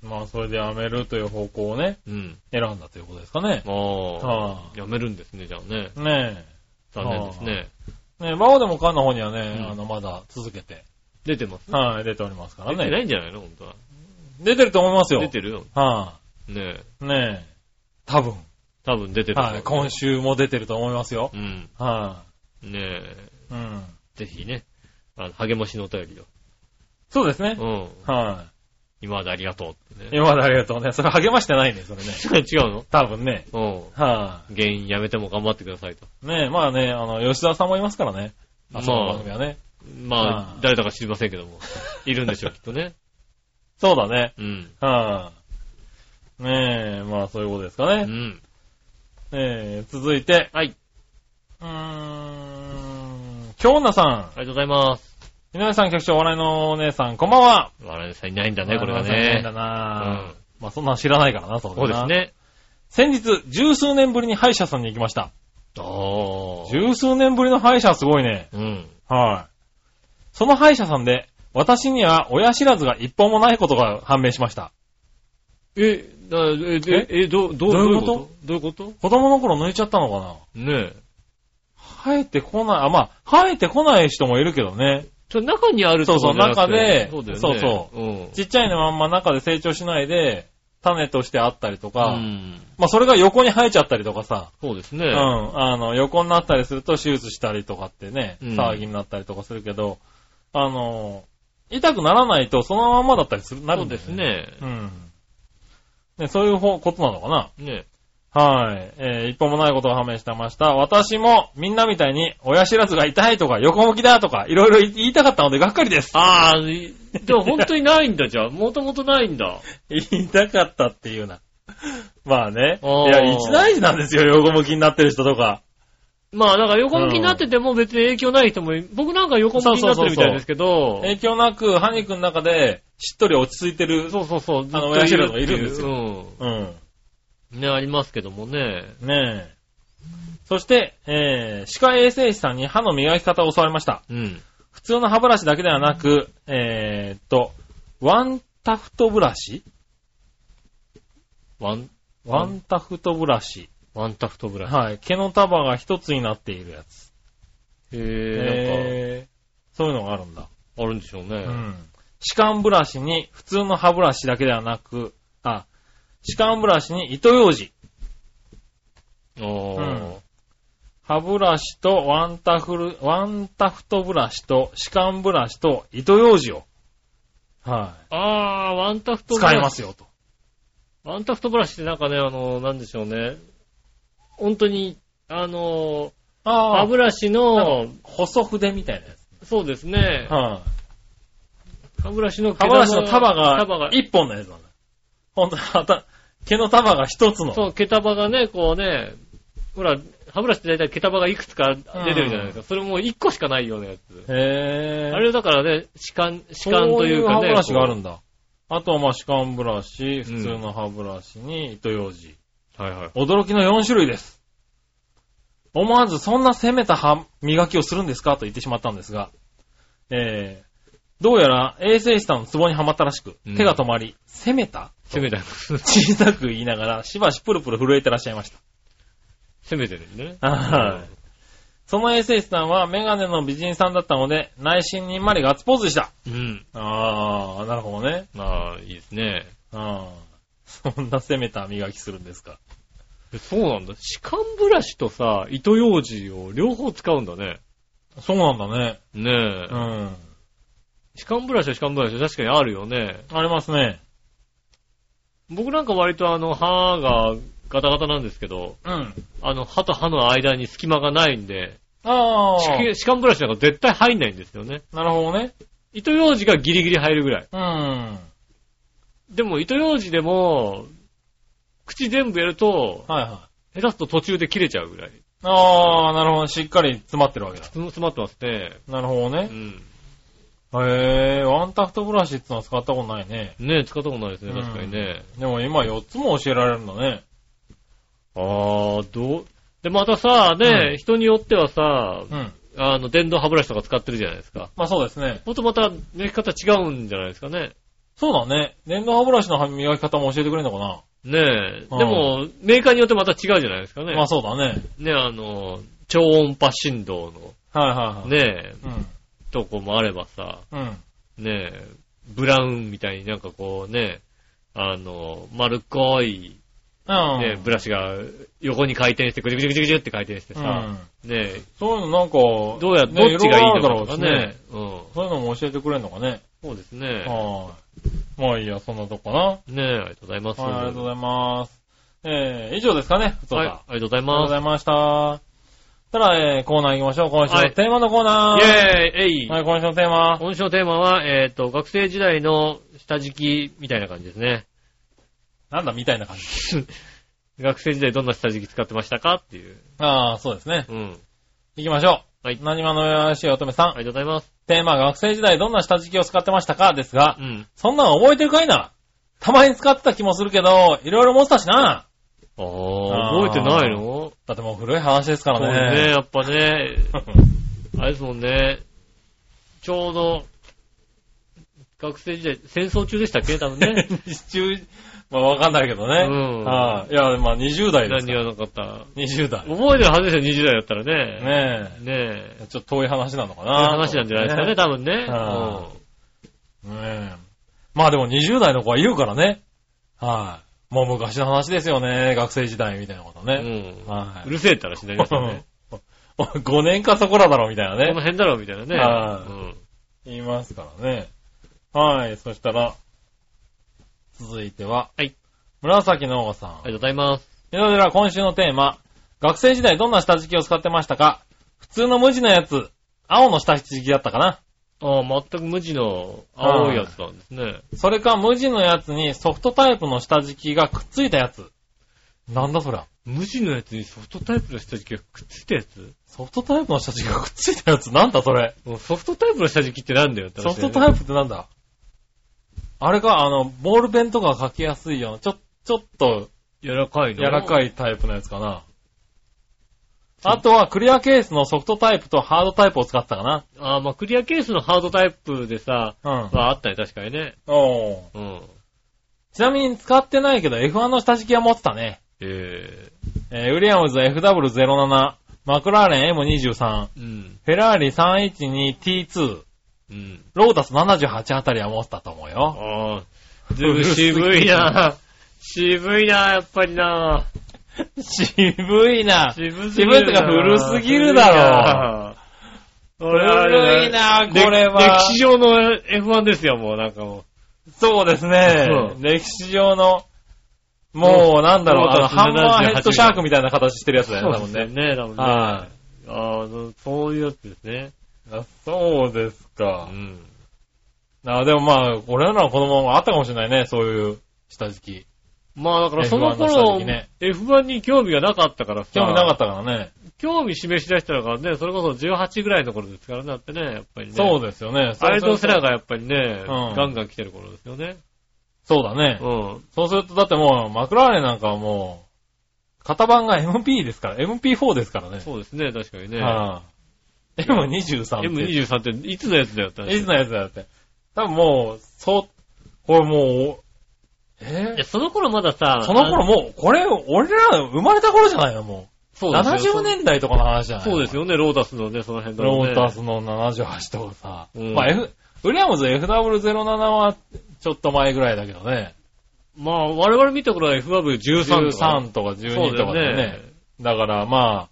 Speaker 3: え。まあそれでやめるという方向をね、
Speaker 2: うん。
Speaker 3: 選んだということですかね。
Speaker 2: あ
Speaker 3: は
Speaker 2: あ。やめるんですね、じゃあね。
Speaker 3: い。ねえ。
Speaker 2: 残念ですね。
Speaker 3: ね、バオでもカンの方にはね、
Speaker 2: うん
Speaker 3: あの、まだ続けて、
Speaker 2: 出てます
Speaker 3: はい、出ておりますから
Speaker 2: 出てな
Speaker 3: ね。
Speaker 2: いんじゃないの本当は。
Speaker 3: 出てると思いますよ。
Speaker 2: 出てるよ。
Speaker 3: は
Speaker 2: ねえ。
Speaker 3: い、ねえ。多分。
Speaker 2: 多分出てる。
Speaker 3: はい、今。週も出てると思いますよ
Speaker 2: う。ん。
Speaker 3: は
Speaker 2: ねえ。
Speaker 3: い、うん。
Speaker 2: ぜひね、あの、励ましのお便り
Speaker 3: そうですね。
Speaker 2: を。うん。
Speaker 3: は
Speaker 2: 今までありがとうって
Speaker 3: い、
Speaker 2: ね。
Speaker 3: 今までありがとうね。それ励ましてないね、それね。
Speaker 2: 違う
Speaker 3: 多分ね。
Speaker 2: の
Speaker 3: は
Speaker 2: うん。芸人辞めても頑張ってくださいと。
Speaker 3: い、ねえ、まあね、あの、吉田さんもいますからね。
Speaker 2: ま
Speaker 3: あ、
Speaker 2: あ
Speaker 3: その番組はね。
Speaker 2: ま
Speaker 3: あ
Speaker 2: あ
Speaker 3: あ、
Speaker 2: 誰だか知りませんけども。いるんでしょう、きっとね。
Speaker 3: そうだね。
Speaker 2: うん。
Speaker 3: はい、ねえ、まあそういうことですか
Speaker 2: う
Speaker 3: ね。ね
Speaker 2: ん。
Speaker 3: え、続いて、
Speaker 2: はい。
Speaker 3: うーん、京奈さん。
Speaker 2: ありがとうございます。
Speaker 3: 井上さん、局長、お笑いのお姉さん、こんばんは。
Speaker 2: 笑いさんいないんだね、これが
Speaker 3: お笑いのお姉さ
Speaker 2: ね
Speaker 3: んいないんだ。な
Speaker 2: うん
Speaker 3: まあ、そんなの知らないからな、そう
Speaker 2: そうです。ね。
Speaker 3: 先日、十数年ぶりに歯医者さんに行きました。
Speaker 2: ああ。
Speaker 3: 十数年ぶりの歯医者はすごいね。
Speaker 2: うん。
Speaker 3: はい。その歯医者さんで、私には親知らずが一本もないことが判明しました。
Speaker 2: え、あえ、でえ、ど、どう、
Speaker 3: どういうこと
Speaker 2: どういうこと
Speaker 3: 子供の頃抜いちゃったのかな
Speaker 2: ねえ。
Speaker 3: 生えてこない、あ、まあ、生えてこない人もいるけどね。
Speaker 2: ちょ中にあるとか
Speaker 3: そうそう
Speaker 2: じゃなくて
Speaker 3: 中で
Speaker 2: そうだよね。。
Speaker 3: そうそう
Speaker 2: うん。
Speaker 3: ちっちゃいのまんま中で成長しないで、種としてあったりとか、
Speaker 2: うん
Speaker 3: まあそれが横に生えちゃったりとかさ、
Speaker 2: そうですね。
Speaker 3: うん、あの、横になったりすると手術したりとかってね、
Speaker 2: うん
Speaker 3: 騒ぎになったりとかするけど、あの、痛くならないとそのまんまだったりする、なる
Speaker 2: そうん
Speaker 3: だ
Speaker 2: で
Speaker 3: よ
Speaker 2: す。ね。
Speaker 3: うん。ね、そういう方ことなのかな
Speaker 2: ね
Speaker 3: はい。えー一歩もないことを判明してました。私も、みんなみたいに、親知らずが痛いとか、横向きだとか、いろいろ言いたかったので、がっかりです。
Speaker 2: ああ、いでも本当にないんだじ
Speaker 3: [LAUGHS]
Speaker 2: ゃあ。もともとないんだ。
Speaker 3: 言いたかったっていうな。まあね。い
Speaker 2: あー
Speaker 3: や、一大事なんですよ、横向きになってる人とか。
Speaker 2: まあ、だから横向きになってても別に影響ない人もい、僕なんか横向きになってるみたいですけど、
Speaker 3: 影響なく、歯肉の中で、しっとり落ち着いてる。
Speaker 2: そうそうそう、ずっ
Speaker 3: あの
Speaker 2: と
Speaker 3: 親知らずがいるんです
Speaker 2: よ。
Speaker 3: うん。
Speaker 2: うん。ね、ありますけどもね。
Speaker 3: ねえ。そして、えー歯科衛生士さんに歯の磨き方を教わりました。
Speaker 2: うん。
Speaker 3: 普通の歯ブラシだけではなく、えーっと、ワンタフトブラシ
Speaker 2: ワン、
Speaker 3: ワンタフトブラシ。
Speaker 2: ワンタフトブラシ。
Speaker 3: はい。毛の束が一つになっているやつ。
Speaker 2: へえ、
Speaker 3: へーそういうのがあるんだ。
Speaker 2: なんか、あるんでしょうね。
Speaker 3: うん。歯間ブラシに普通の歯ブラシだけではなく、あ、歯間ブラシに糸ようじ。
Speaker 2: おー
Speaker 3: 歯ブラシとワンタフル、ワンタフトブラシと歯間ブラシと糸ようじを。は
Speaker 2: あー、ワンタフ
Speaker 3: い。
Speaker 2: トブラ
Speaker 3: 使
Speaker 2: シ。
Speaker 3: いますよと。
Speaker 2: ワンタフトブラシってなんかね、あの、なんでしょうね。本当に、あの、
Speaker 3: あ
Speaker 2: 歯ブラシの、
Speaker 3: 細筆みたいなや
Speaker 2: そうですね
Speaker 3: つ。。はい。
Speaker 2: 歯ブラシの毛
Speaker 3: 歯
Speaker 2: 玉
Speaker 3: ブラシの束が、
Speaker 2: 束が、
Speaker 3: 一本のやつなんだ。ほんと、 [LAUGHS] はた、毛の束が一つの。
Speaker 2: そう、毛束がね、こうね、ほら、歯ブラシって大体毛束がいくつか出てるじゃないですか。それもう一個しかないようなやつ。
Speaker 3: へー
Speaker 2: あれだからね、歯間、歯間というかね。
Speaker 3: そういう歯ブラシがある
Speaker 2: こ
Speaker 3: んだ。あとはまあ歯間ブラシ、普通の歯ブラシに糸ようじ。
Speaker 2: う。はいはい。
Speaker 3: 驚きの4種類です。思わずそんな攻めた歯磨きをするんですかと言ってしまったんですが、えー、どうやら衛生士さんのツボにはまったらしく
Speaker 2: うん、
Speaker 3: 手が止まり、攻めた
Speaker 2: [LAUGHS] 攻めた、
Speaker 3: 小さく言いながら、しばしプルプル震えてらっしゃいました。
Speaker 2: 攻めてるんでね。
Speaker 3: はいその衛生士さんはメガネの美人さんだったので、内心にんまりガッツポーズでした。
Speaker 2: うん。
Speaker 3: あー、なるほどね。
Speaker 2: まあ、いいですね。
Speaker 3: あーそんな攻めた磨きするんですか。
Speaker 2: でそうなんだ。歯間ブラシとさ、糸ようじを両方使うんだね。
Speaker 3: そうなんだね。
Speaker 2: ねえ。
Speaker 3: うん。
Speaker 2: 歯間ブラシは歯間ブラシは確かにあるよね。
Speaker 3: ありますね。
Speaker 2: 僕なんか割とあの、歯がガタガタなんですけど、
Speaker 3: うん。
Speaker 2: あの、歯と歯の間に隙間がないんで、
Speaker 3: あ
Speaker 2: 歯
Speaker 3: ー。
Speaker 2: 歯間ブラシなんか絶対入んないんですよね。
Speaker 3: なるほどね。
Speaker 2: 糸ようじがギリギリ入るぐらい。
Speaker 3: うん。
Speaker 2: でも糸ようじでも、口全部やると、
Speaker 3: はいはい。
Speaker 2: 下手すと途中で切れちゃうぐらい。
Speaker 3: あー、なるほど。しっかり詰まってるわけだ。
Speaker 2: 詰まってますね。
Speaker 3: なるほど
Speaker 2: う
Speaker 3: ね。
Speaker 2: ん。
Speaker 3: へー、ワンタフトブラシってのは使ったことないね。
Speaker 2: ねえ、使ったことないですね、確かにね。
Speaker 3: でも今4つも教えられるんだね。
Speaker 2: あー、どう、で、またさ、ね、
Speaker 3: うん
Speaker 2: 人によってはさ、
Speaker 3: うん。
Speaker 2: あの、電動歯ブラシとか使ってるじゃないですか。
Speaker 3: まあそうですね。
Speaker 2: ほんとまた、抜き方違うんじゃないですかね。
Speaker 3: そうだね。電動歯ブラシの歯磨き方も教えてくれるのかな、
Speaker 2: ねえ。でも、メーカーによってまた違うじゃないですかね。
Speaker 3: まあそうだね。
Speaker 2: ね、あの、超音波振動
Speaker 3: はいはいは
Speaker 2: の、
Speaker 3: い。
Speaker 2: ねえ、
Speaker 3: うん。
Speaker 2: とこもあればさ、
Speaker 3: うん。
Speaker 2: ねえ、ブラウンみたいになんかこうね、あの、丸っこい、
Speaker 3: うん。
Speaker 2: ね、ブラシが横に回転して、ぐじゅぐじゅぐじゅぐじゅって回転してさ、ねえ、
Speaker 3: そういうのなんか、
Speaker 2: どうや、
Speaker 3: ね
Speaker 2: どっちがいいのかと
Speaker 3: ろ
Speaker 2: か
Speaker 3: いろあるだろうし
Speaker 2: ね。うん。
Speaker 3: そういうのも教えてくれるのかね。
Speaker 2: そうですね。
Speaker 3: はい。まあいいや、そんなとこかな。はい、
Speaker 2: ねえ、ありがとうございます。
Speaker 3: ありがとうございます。えー、以上ですかね、ふつおた
Speaker 2: はい
Speaker 3: あ
Speaker 2: ありがとうござい
Speaker 3: りがとう
Speaker 2: ま
Speaker 3: ご
Speaker 2: す
Speaker 3: ざ。いました。たら、えー、コーナー行きましょう。今週
Speaker 2: は
Speaker 3: の
Speaker 2: い
Speaker 3: テーマのコーナー。
Speaker 2: イェーイえい
Speaker 3: はい、今週のテーマ。
Speaker 2: 今週のテーマは、えっと、学生時代の下敷きみたいな感じですね。
Speaker 3: なんだ、みたいな感じ。
Speaker 2: [LAUGHS] 学生時代どんな下敷き使ってましたかっていう。
Speaker 3: ああ、そうですね。
Speaker 2: うん。
Speaker 3: 行きましょう。
Speaker 2: はい
Speaker 3: 何話のよやしい乙女さん。
Speaker 2: ありがとうございます。
Speaker 3: テーマ、学生時代どんな下敷きを使ってましたかですが、
Speaker 2: うん。
Speaker 3: そんなの覚えてるかいな。たまに使ってた気もするけど、いろいろ持ってたし
Speaker 2: あ
Speaker 3: な。あ
Speaker 2: ー、
Speaker 3: ー
Speaker 2: 覚えてないの
Speaker 3: だってもう古い話ですか
Speaker 2: そう
Speaker 3: ら
Speaker 2: ね、
Speaker 3: ね。
Speaker 2: やっぱね、あれですもんね、ちょ [LAUGHS] うど、学生時代、戦争中でしたっけ多分ね。
Speaker 3: [LAUGHS] 日中、まあわかんないけどね。
Speaker 2: うん
Speaker 3: はいいや、まあ20代で
Speaker 2: 何
Speaker 3: すから。
Speaker 2: はなかった。
Speaker 3: 20代。
Speaker 2: 覚えてるはずですよ、20代だったらね。ね
Speaker 3: ね
Speaker 2: え。
Speaker 3: え。ちょっと遠い話なの
Speaker 2: そ
Speaker 3: か
Speaker 2: う
Speaker 3: な。
Speaker 2: いう話なんじゃないですかね、多分ね。
Speaker 3: はねえ。まあでも20代の子は言うからね。はい。もう昔の話ですよね。学生時代みたいなこと
Speaker 2: う
Speaker 3: ね。
Speaker 2: ん。
Speaker 3: は
Speaker 2: う
Speaker 3: い。
Speaker 2: るせえったらしになりますよ [LAUGHS]
Speaker 3: [LAUGHS]
Speaker 2: ね。
Speaker 3: 5年かそこらだろみたいな
Speaker 2: この
Speaker 3: ね。
Speaker 2: 辺だろ、みたいなね。
Speaker 3: は
Speaker 2: うん
Speaker 3: 言いますからね。はい。そしたら、続いては。
Speaker 2: はい。
Speaker 3: 紫のおさん。
Speaker 2: ありがとうございます。
Speaker 3: それでは今週のテーマ。学生時代どんな下敷きを使ってましたか普通の無地のやつ。青の下敷きだったかな
Speaker 2: ああ、全く無地の青いやつなんですね。
Speaker 3: それか無地のやつにソフトタイプの下敷きがくっついたやつ。なんだそりゃ。
Speaker 2: 無地のやつにソフトタイプの下敷きがくっついたやつ
Speaker 3: ソフトタイプの下敷きがくっついたやつなんだそれ。
Speaker 2: もうソフトタイプの下敷きってなんだよって
Speaker 3: ソ
Speaker 2: 話
Speaker 3: フ
Speaker 2: だよ
Speaker 3: ト
Speaker 2: ね
Speaker 3: タイプってなんだあれか、あの、ボールペンとか書きやすいような、ちょ、ちょっと
Speaker 2: 柔らかいの。
Speaker 3: 柔らか
Speaker 2: い。
Speaker 3: いタイプのやつかな。あとはクリアケースのソフトタイプとハードタイプを使ってたかな。
Speaker 2: ああ、まあクリアケースのハードタイプでさ、
Speaker 3: うん。
Speaker 2: まああったね、確かにね。
Speaker 3: おー
Speaker 2: うん。
Speaker 3: ちなみに使ってないけど F1 の下敷きは持ってたね。
Speaker 2: え
Speaker 3: えーウィリアムズ FW07、マクラーレン M23、
Speaker 2: えうん。
Speaker 3: フェラーリ 312T2、
Speaker 2: うん。
Speaker 3: ロータス78あたりは持ってたと思
Speaker 2: [LAUGHS]
Speaker 3: うよ。
Speaker 2: ああ、ずいぶん渋い
Speaker 3: [LAUGHS]
Speaker 2: な。渋いな、やっぱりな。
Speaker 3: 渋いな。
Speaker 2: 渋すぎ
Speaker 3: 渋い
Speaker 2: る
Speaker 3: と
Speaker 2: な。
Speaker 3: か古すぎるだろ。
Speaker 2: ろ。
Speaker 3: 古いな、これは。
Speaker 2: 歴史上の F1 ですよ、もうなんかも
Speaker 3: そうですね
Speaker 2: う。
Speaker 3: 歴史上の、もうなんだろう、
Speaker 2: ロー
Speaker 3: あ
Speaker 2: タ
Speaker 3: の、
Speaker 2: ス78
Speaker 3: ハンマーヘッドシャークみたいな形してるやつ
Speaker 2: う。
Speaker 3: だよね、多分ね。
Speaker 2: ね。多分ね。
Speaker 3: は
Speaker 2: ああ、そそういうやつですね。
Speaker 3: い。あそうです
Speaker 2: う
Speaker 3: か。
Speaker 2: ん。
Speaker 3: あでもまあ、俺らの子供もあったかもしれないね、そういう下敷き。
Speaker 2: まあだからその頃
Speaker 3: F1 の下敷、きね
Speaker 2: F1 に興味がなかったからさ、
Speaker 3: 興味なかったからね。
Speaker 2: 興味示し出したのがね、それこそ18ぐらいの頃ですからね、だってね、やっぱりね。
Speaker 3: そう
Speaker 2: う
Speaker 3: ですよね。
Speaker 2: あれとセラ
Speaker 3: が。
Speaker 2: がやっぱりね、
Speaker 3: うん
Speaker 2: ガンガン来てる頃ですよね。
Speaker 3: そうだね
Speaker 2: う。ん。
Speaker 3: そうすると、だってもう、マクラーレンなんかはもう、型番が MP ですから、MP4 ですからね。
Speaker 2: そうですね、確かにね。
Speaker 3: はい M23 って。
Speaker 2: M23 っていつのやつだよって話
Speaker 3: いつのやつだって。多分もう、そう、これもう、え
Speaker 2: いや、その頃まださ、
Speaker 3: ー、その頃もう、これ、俺ら生まれた頃じゃないのもう。
Speaker 2: そうですよ
Speaker 3: 70年代とかの話じゃない
Speaker 2: そうです
Speaker 3: よ。
Speaker 2: よね、ロータスのね、その辺だ
Speaker 3: ロ
Speaker 2: ろう
Speaker 3: ー
Speaker 2: ね。
Speaker 3: タスの78とかさ。
Speaker 2: うん
Speaker 3: まあ、F、ウィリアムズ FW07 は、ちょっと前ぐらいだけどね。
Speaker 2: まあ、我々見た頃は FW13 とか。
Speaker 3: 13とか12
Speaker 2: そう
Speaker 3: と
Speaker 2: だ
Speaker 3: か
Speaker 2: よ
Speaker 3: だよね
Speaker 2: ね。。
Speaker 3: だから、ま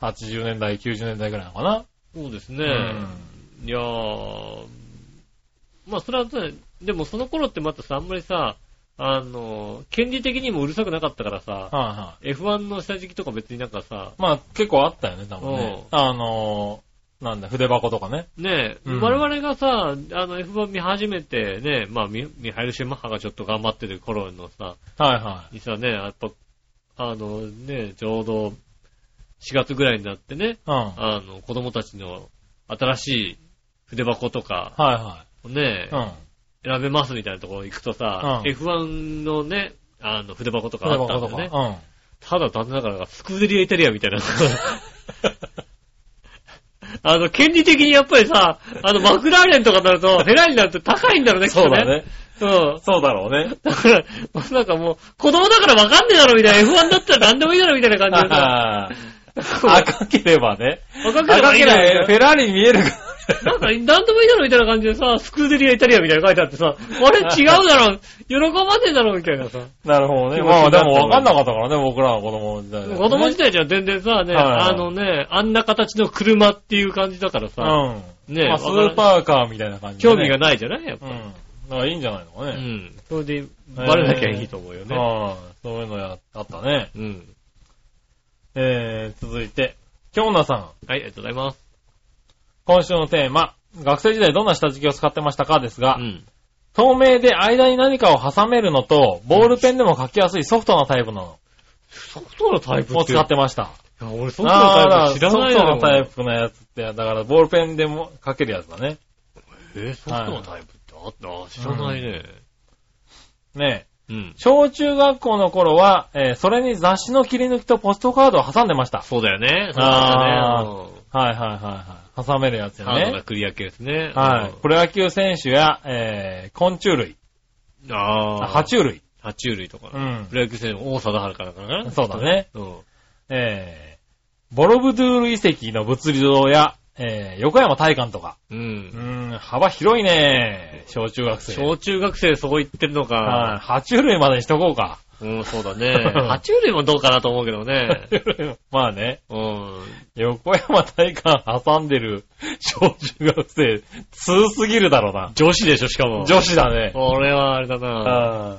Speaker 3: あ、80年代、90年代ぐらいなのかな。
Speaker 2: そうですね。
Speaker 3: うん
Speaker 2: いやー、まあそれはね、でもその頃ってまたさ、あんまりさ、あの、権利的にもうるさくなかったからさ、
Speaker 3: はいはい。
Speaker 2: F1 の下敷きとか別になんかさ、
Speaker 3: まあ、結構あったよね、多分ね。あのー、なんだ、筆箱とかね。
Speaker 2: ねえ、
Speaker 3: うん
Speaker 2: 我々がさ、あの F1 見始めてね、まあミミハイル・シューマッハがちょっと頑張ってる頃のさ、
Speaker 3: はいは
Speaker 2: にさね、やっぱ、あのね、ちょうど4月ぐらいになってね、
Speaker 3: い。うん。はい
Speaker 2: あの子供たちの新しい筆箱とか、
Speaker 3: は
Speaker 2: ね
Speaker 3: い。うん。
Speaker 2: 選べますみたいなところ行くとさ、
Speaker 3: うん
Speaker 2: F1 のね、あの、筆箱とか
Speaker 3: 筆
Speaker 2: あったん
Speaker 3: 箱
Speaker 2: だ
Speaker 3: と
Speaker 2: よ
Speaker 3: か。
Speaker 2: ね。ただ残念ながら、スクーデリアイタリアみたいな。 [LAUGHS] あの、権利的にやっぱりさ、あの、マクラーレンとかになると、フェラーリになると高いんだろう
Speaker 3: う
Speaker 2: ね、
Speaker 3: ん。
Speaker 2: きっと
Speaker 3: そうだ。ね。
Speaker 2: うん。
Speaker 3: そうだろう
Speaker 2: [LAUGHS]
Speaker 3: ね。
Speaker 2: だから、なんかもう、子供だからわかんねえだろみたいな、F1 だったら何でもいいだろみたいな感じでさ、
Speaker 3: あ
Speaker 2: [LAUGHS]
Speaker 3: ー赤ければね。
Speaker 2: 若けれ
Speaker 3: 赤
Speaker 2: ばいい
Speaker 3: け
Speaker 2: だろみ
Speaker 3: れ
Speaker 2: た
Speaker 3: ば、フ
Speaker 2: い
Speaker 3: ェラーリに見えるか
Speaker 2: な。なんか、何でもいいだろみたいな感じでさ、スクーデリアイタリアみたいなの書いてあってさ、あれ違うだろ、喜ばねえだろみたいなさ。
Speaker 3: ら。なるほど
Speaker 2: 気
Speaker 3: ね。
Speaker 2: 持ちに
Speaker 3: ま
Speaker 2: な
Speaker 3: あ
Speaker 2: った
Speaker 3: で
Speaker 2: も
Speaker 3: も
Speaker 2: んね
Speaker 3: 分かんなかったからね、僕らの子供時代だよね。
Speaker 2: 子供時代じゃ全然さ、ね、
Speaker 3: はいはい
Speaker 2: あのね、あんな形の車っていう感じだからさ、
Speaker 3: うん。
Speaker 2: ね
Speaker 3: まあスーパーカーみたいな感じで
Speaker 2: 興
Speaker 3: ね
Speaker 2: 味がないじゃないやっ
Speaker 3: う
Speaker 2: ぱ
Speaker 3: ん。
Speaker 2: り。
Speaker 3: だからいいんじゃないのか
Speaker 2: う
Speaker 3: ね。
Speaker 2: ん。それで、バレなきゃいいと思うよね。
Speaker 3: ああ、そういうのや、あったね。
Speaker 2: うん。
Speaker 3: えー、続いて、京奈さん。
Speaker 2: はい、ありがとうございます。
Speaker 3: 今週のテーマ、学生時代どんな下敷きを使ってましたかですが、
Speaker 2: うん。
Speaker 3: 透明で間に何かを挟めるのと、ボールペンでも書きやすいソフトなタイプの
Speaker 2: ソフトのタイプ
Speaker 3: を
Speaker 2: って。
Speaker 3: 使ってました。
Speaker 2: いや俺ソフトのタ
Speaker 3: あ
Speaker 2: イ
Speaker 3: あ
Speaker 2: プ知らない
Speaker 3: ソフト
Speaker 2: よ。
Speaker 3: のタイプのやつって、だからボールペンでも書けるやつだね。
Speaker 2: えー、ソフトのタイプってあったあ知らないね。
Speaker 3: ね
Speaker 2: う
Speaker 3: え
Speaker 2: ん。
Speaker 3: 小中学校の頃は、えーそれに雑誌の切り抜きとポストカードを挟んでました。
Speaker 2: そうだよね。そう
Speaker 3: あ
Speaker 2: だ
Speaker 3: ー
Speaker 2: よね。
Speaker 3: はいはいはいはい。挟めるやつ
Speaker 2: うん
Speaker 3: よ
Speaker 2: ハードな
Speaker 3: ね。
Speaker 2: クリア系ですね。
Speaker 3: は
Speaker 2: う
Speaker 3: い。プロ野球選手や、えー、昆虫類、
Speaker 2: ん。ああ。
Speaker 3: あ爬虫類、
Speaker 2: 爬虫類とか。
Speaker 3: うん
Speaker 2: プロ野球選手も王貞治からかな。
Speaker 3: そうだね。
Speaker 2: うん。
Speaker 3: えー、ボロブドゥール遺跡の物理堂や、えー、横山大館とか。
Speaker 2: う。
Speaker 3: うんん、幅広いね。小中学生。
Speaker 2: 小中学生そこ行ってるの
Speaker 3: はい
Speaker 2: か。
Speaker 3: 爬虫類までにしとこう [LAUGHS] か。
Speaker 2: うん、そうだね。爬虫類もどうかなと思うけど
Speaker 3: [LAUGHS]
Speaker 2: ね。
Speaker 3: まあね、
Speaker 2: うん。
Speaker 3: 横山大館挟んでる小中学生、通すぎるだろうな。
Speaker 2: 女子でしょ、しかも。
Speaker 3: 女子だね。
Speaker 2: 俺はあれだな。
Speaker 3: あ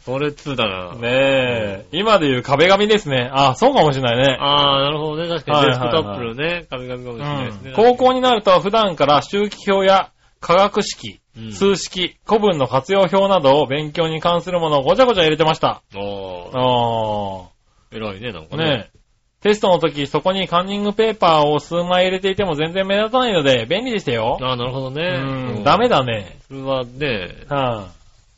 Speaker 2: それ2だな。
Speaker 3: あねえ、今で言う壁紙ですね。ああ、そうかもしれないね。
Speaker 2: ああ、なるほどね。確かに
Speaker 3: は
Speaker 2: デ
Speaker 3: い
Speaker 2: ス
Speaker 3: は
Speaker 2: ク
Speaker 3: いはい
Speaker 2: トップのね、神々かもしれないですね。
Speaker 3: 高校になると普段から周期表や化学式、
Speaker 2: うん
Speaker 3: 数式、古文の活用表などを勉強に関するものをごちゃごちゃ入れてました。
Speaker 2: おー、
Speaker 3: あ
Speaker 2: 偉いね、なん
Speaker 3: あ、
Speaker 2: かね。
Speaker 3: ねえ。テストの時、そこにカンニングペーパーを数枚入れていても全然目立たないので便利でしたよ。
Speaker 2: ああ、なるほど
Speaker 3: う
Speaker 2: ね。うん
Speaker 3: ん、ダメ。だね。
Speaker 2: それはね、
Speaker 3: は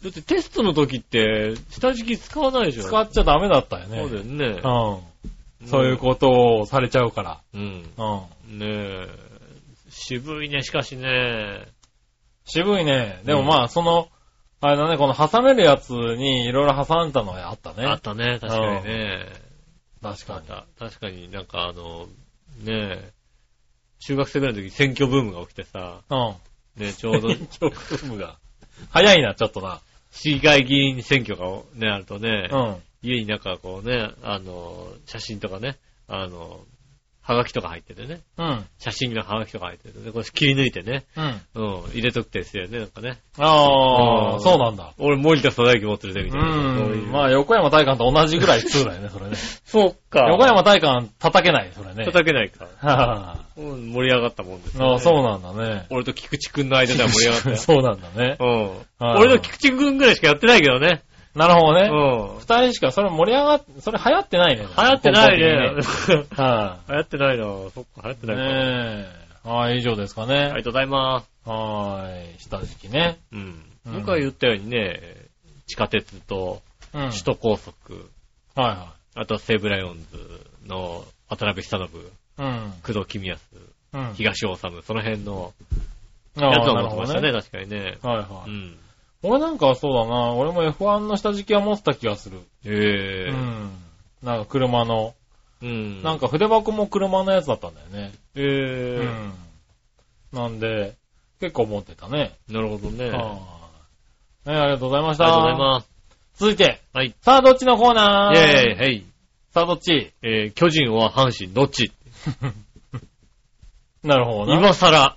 Speaker 2: だってテストの時って、下敷き使わない
Speaker 3: い
Speaker 2: じゃん。
Speaker 3: 使っちゃダメだったよね。
Speaker 2: そうだよね。
Speaker 3: うん。そういうことをされちゃうから。
Speaker 2: うん。
Speaker 3: うん。
Speaker 2: ねえ。渋いね、しかしね。
Speaker 3: 渋いね。でもまあ、その、あれだね、この挟めるやつにいろいろ挟んでたのはあったね。
Speaker 2: あったね、確かにね。
Speaker 3: 確
Speaker 2: あ
Speaker 3: か
Speaker 2: っ
Speaker 3: に。
Speaker 2: た。確かになんかあの、ねえ、中学生ぐらいの時に選挙ブームが起きてさ、
Speaker 3: うん。
Speaker 2: ねえ、ち [LAUGHS] ょうど
Speaker 3: ブームが。早いな、ちょっとな。
Speaker 2: 市議会議員選挙がね、あるとね、
Speaker 3: うん。
Speaker 2: 家になんかこうね、あの、写真とかね、あの、はがきとか入っててね、
Speaker 3: うん。
Speaker 2: 写真のはがきとか入ってて、ね、これ切り抜いてね、
Speaker 3: うん。
Speaker 2: うん、入れとくってですよね、なんかね。う
Speaker 3: あ
Speaker 2: ん
Speaker 3: あ、そうなんだ。
Speaker 2: 俺、森田貞之持ってるぜ、み
Speaker 3: う
Speaker 2: たいな。そうい
Speaker 3: ん。
Speaker 2: う
Speaker 3: まあ、横山大観と同じぐらい2だよね、それ
Speaker 2: [LAUGHS]
Speaker 3: ね。
Speaker 2: そうか。
Speaker 3: 横山大観叩けない、それね。
Speaker 2: 叩けないか。
Speaker 3: はあ
Speaker 2: うん盛り上がったもんです、ね。
Speaker 3: ああ、そう
Speaker 2: の。
Speaker 3: なんだね。
Speaker 2: 俺と菊池くんの間では盛り上がったよ。
Speaker 3: [LAUGHS] そうなんだね。
Speaker 2: [LAUGHS] うん。
Speaker 3: はい
Speaker 2: 俺と菊池くんぐらいしかやってないけどね。
Speaker 3: なるほど
Speaker 2: う
Speaker 3: ね。
Speaker 2: ん。
Speaker 3: 二人しか、それ盛り上がっ、それ流行ってないね。流
Speaker 2: 流行ってないね。。
Speaker 3: は
Speaker 2: [LAUGHS] 流行ってないな。そっか、流行って
Speaker 3: い。
Speaker 2: ないか。
Speaker 3: ねえ。はい、以上ですか
Speaker 2: ありが
Speaker 3: ね。
Speaker 2: とうございます。
Speaker 3: はーい。下敷きね。
Speaker 2: うん。
Speaker 3: うん
Speaker 2: 僕が言ったようにね、地下鉄と
Speaker 3: うん。
Speaker 2: 首都高速、
Speaker 3: は
Speaker 2: あと西武ライオンズの渡辺久信、
Speaker 3: いはい。
Speaker 2: 工藤公康、
Speaker 3: うん。うん。
Speaker 2: 東大治、その辺の
Speaker 3: ああ
Speaker 2: やつを持ってましたね、
Speaker 3: なる
Speaker 2: 確かにね。
Speaker 3: ほどはいは
Speaker 2: う
Speaker 3: い。
Speaker 2: ん。
Speaker 3: 俺なんかはそうだな。俺も F1 の下敷きは持ってた気がする。
Speaker 2: へ
Speaker 3: う
Speaker 2: え。
Speaker 3: ん。なんか車の、
Speaker 2: うん。
Speaker 3: なんか筆箱も車のやつだったんだよね。
Speaker 2: へ
Speaker 3: う
Speaker 2: え。
Speaker 3: ん。なんで、結構持ってたね。
Speaker 2: なるほどね。ありが
Speaker 3: はい。ねありがとうございました。
Speaker 2: とうございます。
Speaker 3: 続いて、
Speaker 2: はい。
Speaker 3: さあどっちのコーナ
Speaker 2: イ
Speaker 3: ー
Speaker 2: ェーイ、はい。
Speaker 3: さあどっち
Speaker 2: えー、巨人は阪神、どっち
Speaker 3: なるほどな。
Speaker 2: 今更。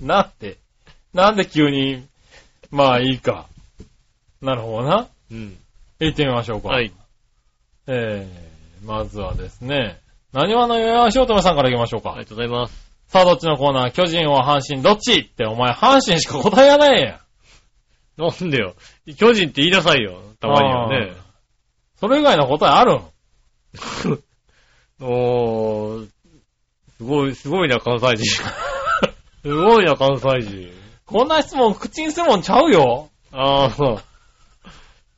Speaker 3: なんで、なんで急に、まあいいか。なるほどな。
Speaker 2: うん。
Speaker 3: 行ってみましょうか。
Speaker 2: はい。
Speaker 3: えー、まずはですね、何話のよやしおとめさんから行きましょうか。
Speaker 2: ありがとうございます。
Speaker 3: さあ、どっちのコーナー巨人は阪神どっちって、お前、阪神しか答えがないやん。
Speaker 2: なんでよ。巨人って言いなさいよ。たまにはね。
Speaker 3: それ以外の答えあるん [LAUGHS]
Speaker 2: おー、すごい、すごいな、関西人。すごいな、関西人。
Speaker 3: こんな質問口にするもんちゃうよ。
Speaker 2: あー、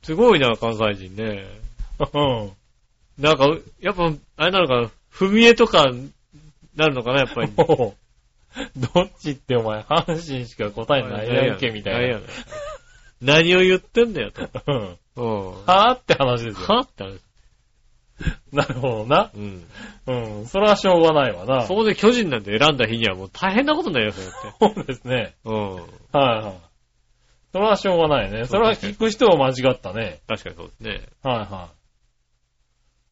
Speaker 2: すごいな、関西人ね。
Speaker 3: うん。
Speaker 2: なんか、やっぱ、あれなのかな、踏み絵とか、なるのかな、やっぱ
Speaker 3: [LAUGHS]
Speaker 2: り。
Speaker 3: もうどっちってお前、阪神しか答えないやんけ、みたい
Speaker 2: んやね何を言ってんだよ、
Speaker 3: な。うん。
Speaker 2: と。うん。
Speaker 3: [LAUGHS] はぁって話ですよ。
Speaker 2: はって話。
Speaker 3: なるほどな。
Speaker 2: うん。
Speaker 3: うん。それはしょうがないわな。
Speaker 2: そこで巨人なんて選んだ日にはもう大変なことになりますよ、だって。
Speaker 3: そうですね。
Speaker 2: [LAUGHS] うん。
Speaker 3: はいはい。それはしょうがないね。それは聞く人を間違ったね。
Speaker 2: 確かにそうですね。
Speaker 3: はいはい。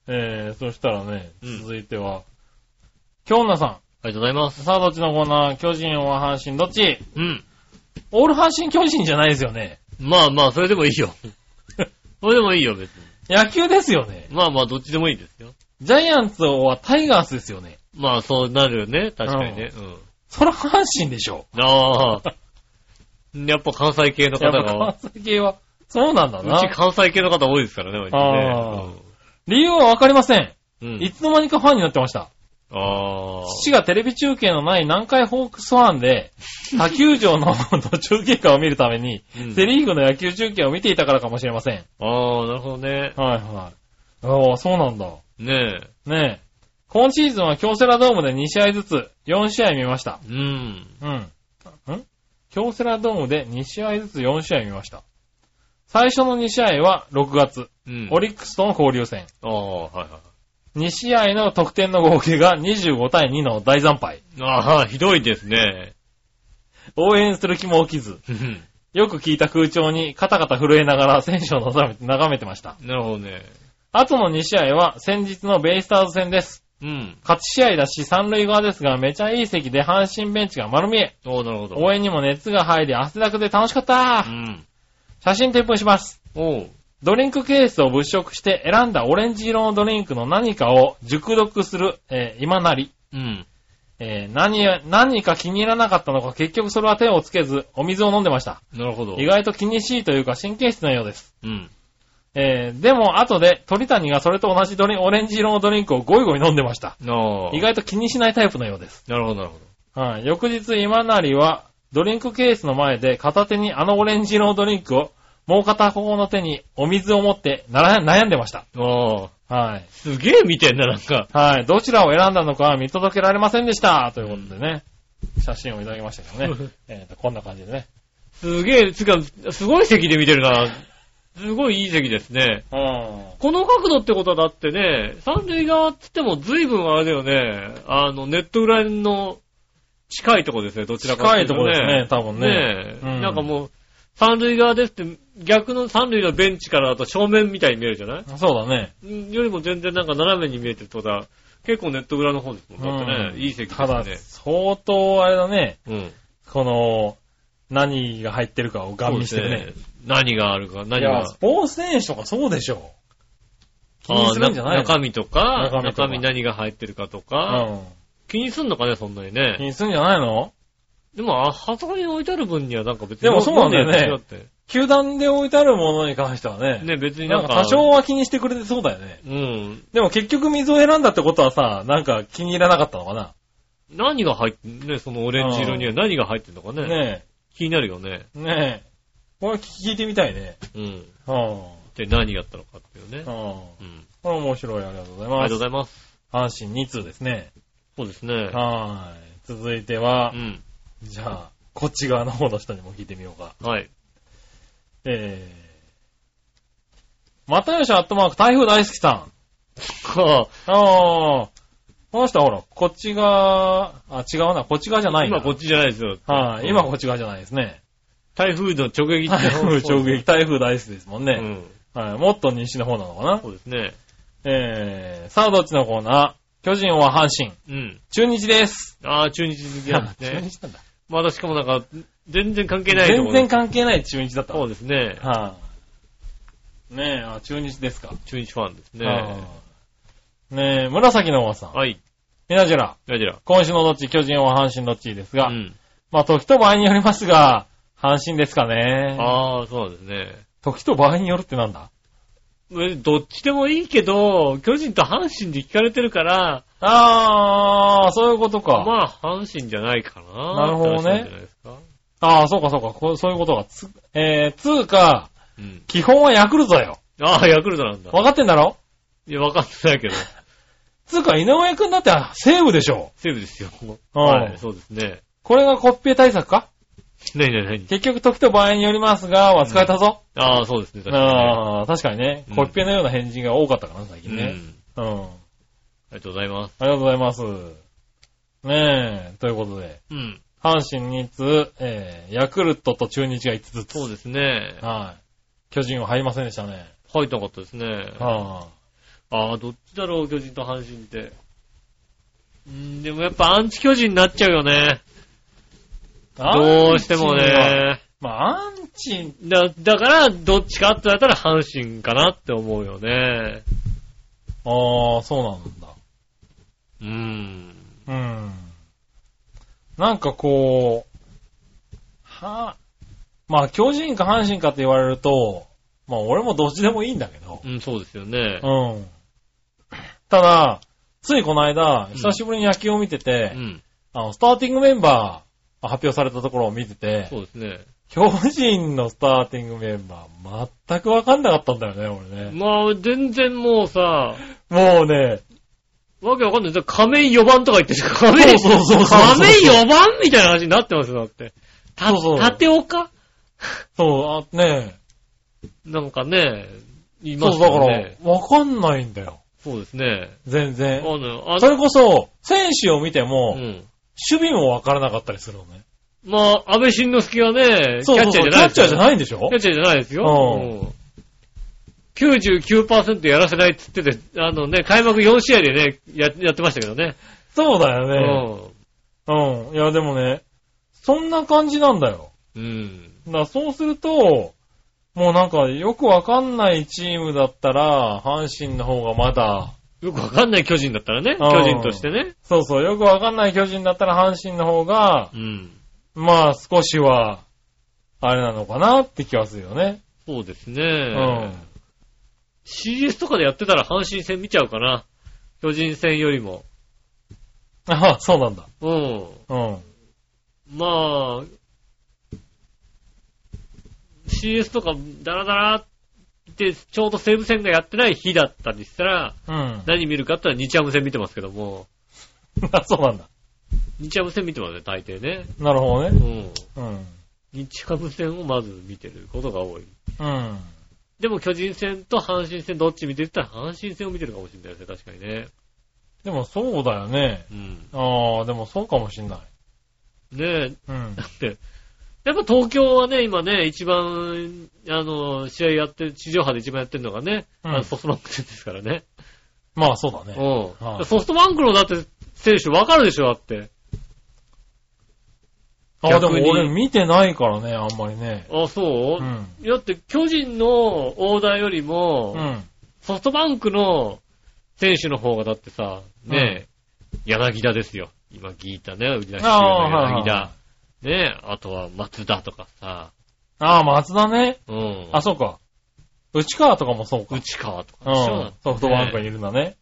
Speaker 3: えー、そしたらね、
Speaker 2: うん
Speaker 3: 続いては、京奈さ
Speaker 2: ありがとうございます。
Speaker 3: ん。さあ、どっちのコーナー巨人は阪神どっち
Speaker 2: うん。
Speaker 3: オール阪神巨人じゃないですよね。
Speaker 2: まあまあ、それでもいい [LAUGHS] よ。それでもいいよ、別に。
Speaker 3: 野球ですよね。
Speaker 2: まあまあ、どっちでもいいですよ。
Speaker 3: ジャイアンツはタイガースですよね。
Speaker 2: まあ、そうなるよね。確かにね。うん。
Speaker 3: それ阪神でしょ。
Speaker 2: ああ。やっぱ関西系の
Speaker 3: や
Speaker 2: 方
Speaker 3: っぱ
Speaker 2: が、
Speaker 3: 川崎系は。そうなんだ
Speaker 2: うち
Speaker 3: な。
Speaker 2: 関西系の方多いですからね、割とね
Speaker 3: 理由はわかりません。
Speaker 2: うん。うん
Speaker 3: いつの間にかファンになってました。
Speaker 2: ああ。
Speaker 3: 父がテレビ中継のない南海ホークスファンで、他球場の [LAUGHS] 途中経過を見るために、
Speaker 2: うん
Speaker 3: セリーグの野球中継を見ていたからかもしれません。
Speaker 2: ああ、なるほどね。
Speaker 3: はいはい。ああ、そうなんだ。
Speaker 2: ね
Speaker 3: ねえ。今シーズンは京セラドームで2試合ずつ、4試合見ました。
Speaker 2: え。うん。
Speaker 3: うん。ん京セラドームで2試合ずつ4試合見ました。最初の2試合は6月、
Speaker 2: うん。
Speaker 3: オリックスとの交流戦。
Speaker 2: ああ、はいは
Speaker 3: 2試合の得点の合計が25対2の大惨敗。
Speaker 2: い。ああ、ひどいですね。
Speaker 3: 応援する気も起きず、
Speaker 2: うん
Speaker 3: よく聞いた空調にカタカタ震えながら選手を眺め眺めてました。
Speaker 2: なるほどね。
Speaker 3: 後の2試合は先日のベイスターズ戦です。
Speaker 2: うん。
Speaker 3: 勝ち試合だし三塁側ですがめちゃいい席で阪神ベンチが丸見え。
Speaker 2: おーなるほど。
Speaker 3: 応援にも熱が入り汗だくで楽しかっ
Speaker 2: う
Speaker 3: た。
Speaker 2: ん。
Speaker 3: 写真添付します。
Speaker 2: おう。
Speaker 3: ドリンクケースを物色して選んだオレンジ色のドリンクの何かを熟読する、えー今なり。
Speaker 2: うん。
Speaker 3: えー何や、何か気に入らなかったのか結局それは手をつけずお水を飲んでました。
Speaker 2: なるほど。
Speaker 3: 意外と気にしいというか神経質のようです。
Speaker 2: うん。
Speaker 3: えーでも後で鳥谷がそれと同じドリンオレンジ色のドリンクをゴイゴイ飲んでました。
Speaker 2: ああ。
Speaker 3: 意外と気にしないタイプのようです。
Speaker 2: なるほど、なるほど。
Speaker 3: はい、翌日今成はドリンクケースの前で片手にあのオレンジ色のドリンクをもう片方の手にお水を持ってなら悩んでました。
Speaker 2: ああ。
Speaker 3: はい。
Speaker 2: すげえ見てんだ、なんか。
Speaker 3: はい。どちらを選んだのかは見届けられませんでした。ということでね。写真をいただきましたけ
Speaker 2: [LAUGHS]
Speaker 3: どね。えーとこんな感じでね。
Speaker 2: すげえ、つか、すごい席で見てるな。すごいいい席ですね。
Speaker 3: う
Speaker 2: この角度ってことはだってね、三塁側って言っても随分あれだよね、あの、ネット裏の近いとこですね、どちらか
Speaker 3: 近
Speaker 2: っ
Speaker 3: い
Speaker 2: て
Speaker 3: と
Speaker 2: う
Speaker 3: ころですね、多分ね。
Speaker 2: ねえ、
Speaker 3: うん
Speaker 2: なんかもう、三塁側ですって、逆の三塁のベンチからだと正面みたいに見えるじゃない
Speaker 3: そうだね。
Speaker 2: んよりも全然なんか斜めに見えてるってことは、結構ネット裏の方ですもん。だってね、
Speaker 3: うん
Speaker 2: いい席です
Speaker 3: ただ
Speaker 2: よ、ね。
Speaker 3: 相当あれだね、
Speaker 2: うん。
Speaker 3: この、何が入ってるかをガン見して
Speaker 2: そう
Speaker 3: ね
Speaker 2: で。す何があるか、
Speaker 3: い
Speaker 2: 何
Speaker 3: や、
Speaker 2: が
Speaker 3: ス。ポーツ選手とかそうでしょ。気
Speaker 2: あ
Speaker 3: に
Speaker 2: あ
Speaker 3: するんじゃないの
Speaker 2: 中身とか、
Speaker 3: 中
Speaker 2: 中
Speaker 3: 身
Speaker 2: 身
Speaker 3: とか
Speaker 2: 何が入ってるかとか、気にすんのかね、そんなに
Speaker 3: うん。気
Speaker 2: ね。
Speaker 3: にするんじゃないの
Speaker 2: でも、あ、あそこに置いてある分にはなんか別に。
Speaker 3: でもそうなんだよね
Speaker 2: 飲んでるやつだっ
Speaker 3: 球団で置いてあるものに関しては
Speaker 2: て
Speaker 3: ね。
Speaker 2: ね、別に
Speaker 3: な
Speaker 2: なんん
Speaker 3: か
Speaker 2: か。
Speaker 3: 多少は気にしてくれてそうだよね。
Speaker 2: うん。
Speaker 3: でも結局水を選んだってことはさ、なんか気に入らなかったのかな。
Speaker 2: 何が入って、ね、そのオレンジ色には何が入ってるのかね。
Speaker 3: ね
Speaker 2: 気になるよね。
Speaker 3: え。ねえ。これ聞いてみたいね。
Speaker 2: うん。
Speaker 3: うん。
Speaker 2: で、何やったのかっていうね
Speaker 3: うん。。こ
Speaker 2: うん。
Speaker 3: れ面白い。ありがとうござい
Speaker 2: あり
Speaker 3: ま
Speaker 2: が
Speaker 3: す
Speaker 2: とうご。ざいます。
Speaker 3: 阪神2通ですね。
Speaker 2: そうですね。
Speaker 3: はーい。続いては
Speaker 2: う、ん。
Speaker 3: じゃあ、こっち側の方の人にも聞いてみようか。
Speaker 2: はい。
Speaker 3: えー。またよしアットマーク、台風大好きさん。
Speaker 2: は
Speaker 3: あー。この人はほら、こっち側、あ、違うな、こっち側じゃ
Speaker 2: あ
Speaker 3: ないな。
Speaker 2: 今こっちじゃないですよ。
Speaker 3: はい、今こっち側じゃないですね。
Speaker 2: 台風の直撃
Speaker 3: 台風直撃、。台風大好きですもん
Speaker 2: う
Speaker 3: ね。
Speaker 2: ん。
Speaker 3: はい、もっと西の方なのかな。
Speaker 2: そうですね。
Speaker 3: えー、さあどっちのコーナー巨人は阪神。
Speaker 2: うん。
Speaker 3: 中日です。
Speaker 2: ああ、中日好きなんです
Speaker 3: [LAUGHS] 中
Speaker 2: ね。
Speaker 3: 日なんだ。
Speaker 2: まだしかもなんか、全然関係ないとこ
Speaker 3: 全
Speaker 2: ろ
Speaker 3: 然関係ない中日だったわ
Speaker 2: そうですね。
Speaker 3: はい、ねえ、あ、中日ですか。
Speaker 2: 中日ファンです
Speaker 3: は
Speaker 2: ね。
Speaker 3: いねえ、紫の王さん。
Speaker 2: はい。
Speaker 3: みなじら、
Speaker 2: やじら。
Speaker 3: 今週のどっち、巨人は阪神どっちです
Speaker 2: う
Speaker 3: が、
Speaker 2: ん。
Speaker 3: まあ、時と場合によりますが、阪神ですかね。
Speaker 2: ああ、そうなんですね。
Speaker 3: 時と場合によるってなんだ
Speaker 2: えどっちでもいいけど、巨人と阪神で聞かれてるから、
Speaker 3: あー、そういうことか。
Speaker 2: まあ、阪神じゃないかな。
Speaker 3: なるほどね
Speaker 2: って話なんじゃないですか
Speaker 3: あー、そうかそうか、こうそういうことが。つ、えー、つうか、
Speaker 2: うん。
Speaker 3: 基本はヤクルトだよ。
Speaker 2: ああ、ヤクルトなんだ。
Speaker 3: わかってんだろ
Speaker 2: いや、わかってないけど。
Speaker 3: つうか、井上くんだってセーブでしょ。
Speaker 2: セーブですよ。
Speaker 3: うん
Speaker 2: はい、そうですね。
Speaker 3: これがコッペ対策か
Speaker 2: ねねね
Speaker 3: 結局、時と場合によりますが、は使えたぞ。
Speaker 2: ああ、そうですね。確かにね。
Speaker 3: ああ、確かにね
Speaker 2: う。ん
Speaker 3: コッペのような返事が多かったかな、最近
Speaker 2: う
Speaker 3: ね。
Speaker 2: ん
Speaker 3: うん。
Speaker 2: ありがとうございます。
Speaker 3: ありがとうございます。ねえ、ということで、
Speaker 2: うん。
Speaker 3: 阪神2通、えー、ヤクルトと中日が5つずつ。
Speaker 2: そうですね。
Speaker 3: はい。巨人は入りませんでしたね。
Speaker 2: 入ったかったですね。
Speaker 3: は
Speaker 2: ああ、どっちだろう、巨人と阪神って。うん、でもやっぱアンチ巨人になっちゃうよね。
Speaker 3: あ。
Speaker 2: どうしても
Speaker 3: アンチは。
Speaker 2: ね。
Speaker 3: まあ、アンチ、
Speaker 2: だ、だから、どっちかって言われたら阪神かなって思うよね。
Speaker 3: ああ、そうなんだ。
Speaker 2: うん。
Speaker 3: うん。なんかこう、は、まあ、巨人か阪神かって言われると、まあ、俺もどっちでもいいんだけど。
Speaker 2: うん、そうですよね。
Speaker 3: うん。ただ、ついこの間、
Speaker 2: ん
Speaker 3: 久しぶりに野球を見て
Speaker 2: う
Speaker 3: て、
Speaker 2: ん。
Speaker 3: あの、スターティングメンバーが発表されたところを見てて、
Speaker 2: そうですね。
Speaker 3: [LAUGHS] 巨人のスターティングメンバー、全くわかんなかったんだよね、俺ね。
Speaker 2: まあ、全然もうさ、
Speaker 3: もうね、
Speaker 2: わけわかんない。亀井4番とか言ってる亀井、
Speaker 3: そうそうそうそう
Speaker 2: 亀井4番みたいな話になってますよ、だって。た
Speaker 3: そうそう
Speaker 2: 縦岡
Speaker 3: そう、あ、ねえ、
Speaker 2: なんかね、いま
Speaker 3: そう、
Speaker 2: し
Speaker 3: だ
Speaker 2: た
Speaker 3: か
Speaker 2: よ
Speaker 3: ら
Speaker 2: ね。、
Speaker 3: わかんないんだよ。
Speaker 2: そうですね。
Speaker 3: 全
Speaker 2: あ
Speaker 3: 然。
Speaker 2: の、あ
Speaker 3: それこそ、選手を見ても、
Speaker 2: うん。
Speaker 3: 守備もわからなかったりするのね。
Speaker 2: まあ、安倍晋之助はね、キ
Speaker 3: そう
Speaker 2: ャッ
Speaker 3: そう
Speaker 2: チャ
Speaker 3: そ
Speaker 2: ー
Speaker 3: う
Speaker 2: じゃないですよ。
Speaker 3: キャッチャーじゃないんでしょ
Speaker 2: キャッチャーじゃないですよ。
Speaker 3: うん
Speaker 2: うん99%やらせないって言ってて、あのね、開幕4試合でね、ややってましたけどね。
Speaker 3: そうだよ
Speaker 2: う
Speaker 3: ね。うん。いや、でもね、そんな感じなんだよ。
Speaker 2: ん。うん。
Speaker 3: だからそうすると、もうなんかよくわかんないチームだったら、阪神の方がまだ、
Speaker 2: よくわかんない巨人だったらね、
Speaker 3: うん
Speaker 2: 巨人としてね。
Speaker 3: そうそう、よくわかんない巨人だったら阪神の方が
Speaker 2: う、ん。
Speaker 3: まあ少しは、あれなのかなって気はするよね。
Speaker 2: そうです
Speaker 3: う
Speaker 2: ね
Speaker 3: ん。。
Speaker 2: CS とかでやってたら阪神戦見ちゃうかな。巨人戦よりも。
Speaker 3: ああ、そうなんだ。
Speaker 2: うん。
Speaker 3: うん。
Speaker 2: まあ、CS とかダラダラってちょうど西武戦がやってない日だったりしたら、
Speaker 3: うん。
Speaker 2: 何見るかって言ったら日ハム戦見てますけども、
Speaker 3: あ [LAUGHS] そうなんだ。
Speaker 2: 日ハム戦見てますね、大抵ね。
Speaker 3: なるほど
Speaker 2: う
Speaker 3: ね。
Speaker 2: ん。
Speaker 3: うん。
Speaker 2: 日ハム戦をまず見てることが多い。
Speaker 3: うん。
Speaker 2: でも巨人戦と阪神戦どっち見てるって言ったら阪神戦を見てるかもしれないですね、確かにね。
Speaker 3: でもそうだよね。
Speaker 2: うん。
Speaker 3: ああ、でもそうかもしんない。
Speaker 2: ねえ、
Speaker 3: うん
Speaker 2: だ。って、やっぱ東京はね、今ね、一番、あの、試合やってる、地上波で一番やってるのがね、
Speaker 3: うん
Speaker 2: あのソフトバンク戦ですからね。
Speaker 3: まあそうだね。
Speaker 2: うん、
Speaker 3: はい
Speaker 2: ソフトバンクのだって選手わかるでしょ、だって。
Speaker 3: ああ、でも
Speaker 2: 逆に
Speaker 3: 俺見てないからね、あんまりね。
Speaker 2: あ、そう
Speaker 3: う、ん。
Speaker 2: だって巨人のオーダーよりも、
Speaker 3: うん。
Speaker 2: ソフトバンクの選手の方がだってさ、ねえ、柳田ですよ。今、ギータね、売り出し中の
Speaker 3: あー
Speaker 2: 柳
Speaker 3: はい
Speaker 2: 田。ねえ、あとは松田とかさ、
Speaker 3: ああ、松田ね。
Speaker 2: うん。
Speaker 3: あ、そうか。内川とかもそうか。
Speaker 2: 内川とか
Speaker 3: う
Speaker 2: で
Speaker 3: ん
Speaker 2: しょ、だってね
Speaker 3: ソフトバンクにいるんだね。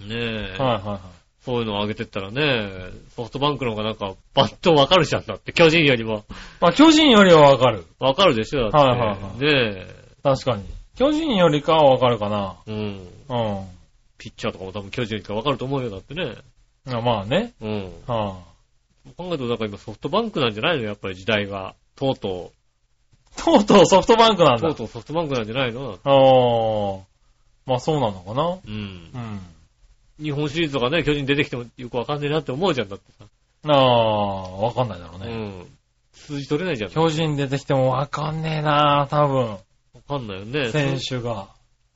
Speaker 2: ねえ、
Speaker 3: はいはいはい。
Speaker 2: そういうのを上げてったらね、ソフトバンクの方がなんか、バッとわかるじゃんだって、巨人よりも。
Speaker 3: まあ巨人よりはわかる。
Speaker 2: わかるでしょだって。
Speaker 3: はいはいはい
Speaker 2: ね
Speaker 3: 確かに。巨人よりかはわかるかな。
Speaker 2: え、うん。
Speaker 3: うん。
Speaker 2: ピッチャーとかも多分巨人よりかわかると思うよ、だってね。
Speaker 3: あまあね。
Speaker 2: うん。
Speaker 3: はあ。
Speaker 2: 考えると、だから今ソフトバンクなんじゃないのやっぱり時代が。とうと
Speaker 3: とうとうソフトバンクなん
Speaker 2: う。と
Speaker 3: だ。
Speaker 2: うとうソフトバンクなんじゃないの
Speaker 3: ああ。まあそうなのかな。
Speaker 2: うん。
Speaker 3: うん。
Speaker 2: 日本シリーズとかね、巨人出てきてもよくわかんねえなって思うじゃん、だってさ。
Speaker 3: ああ、わかんないだろう
Speaker 2: う
Speaker 3: ね。
Speaker 2: ん。数字取れないじゃん。わ
Speaker 3: 巨人出てきてもわかんねえな、多分。
Speaker 2: かんないよね。
Speaker 3: 選手が。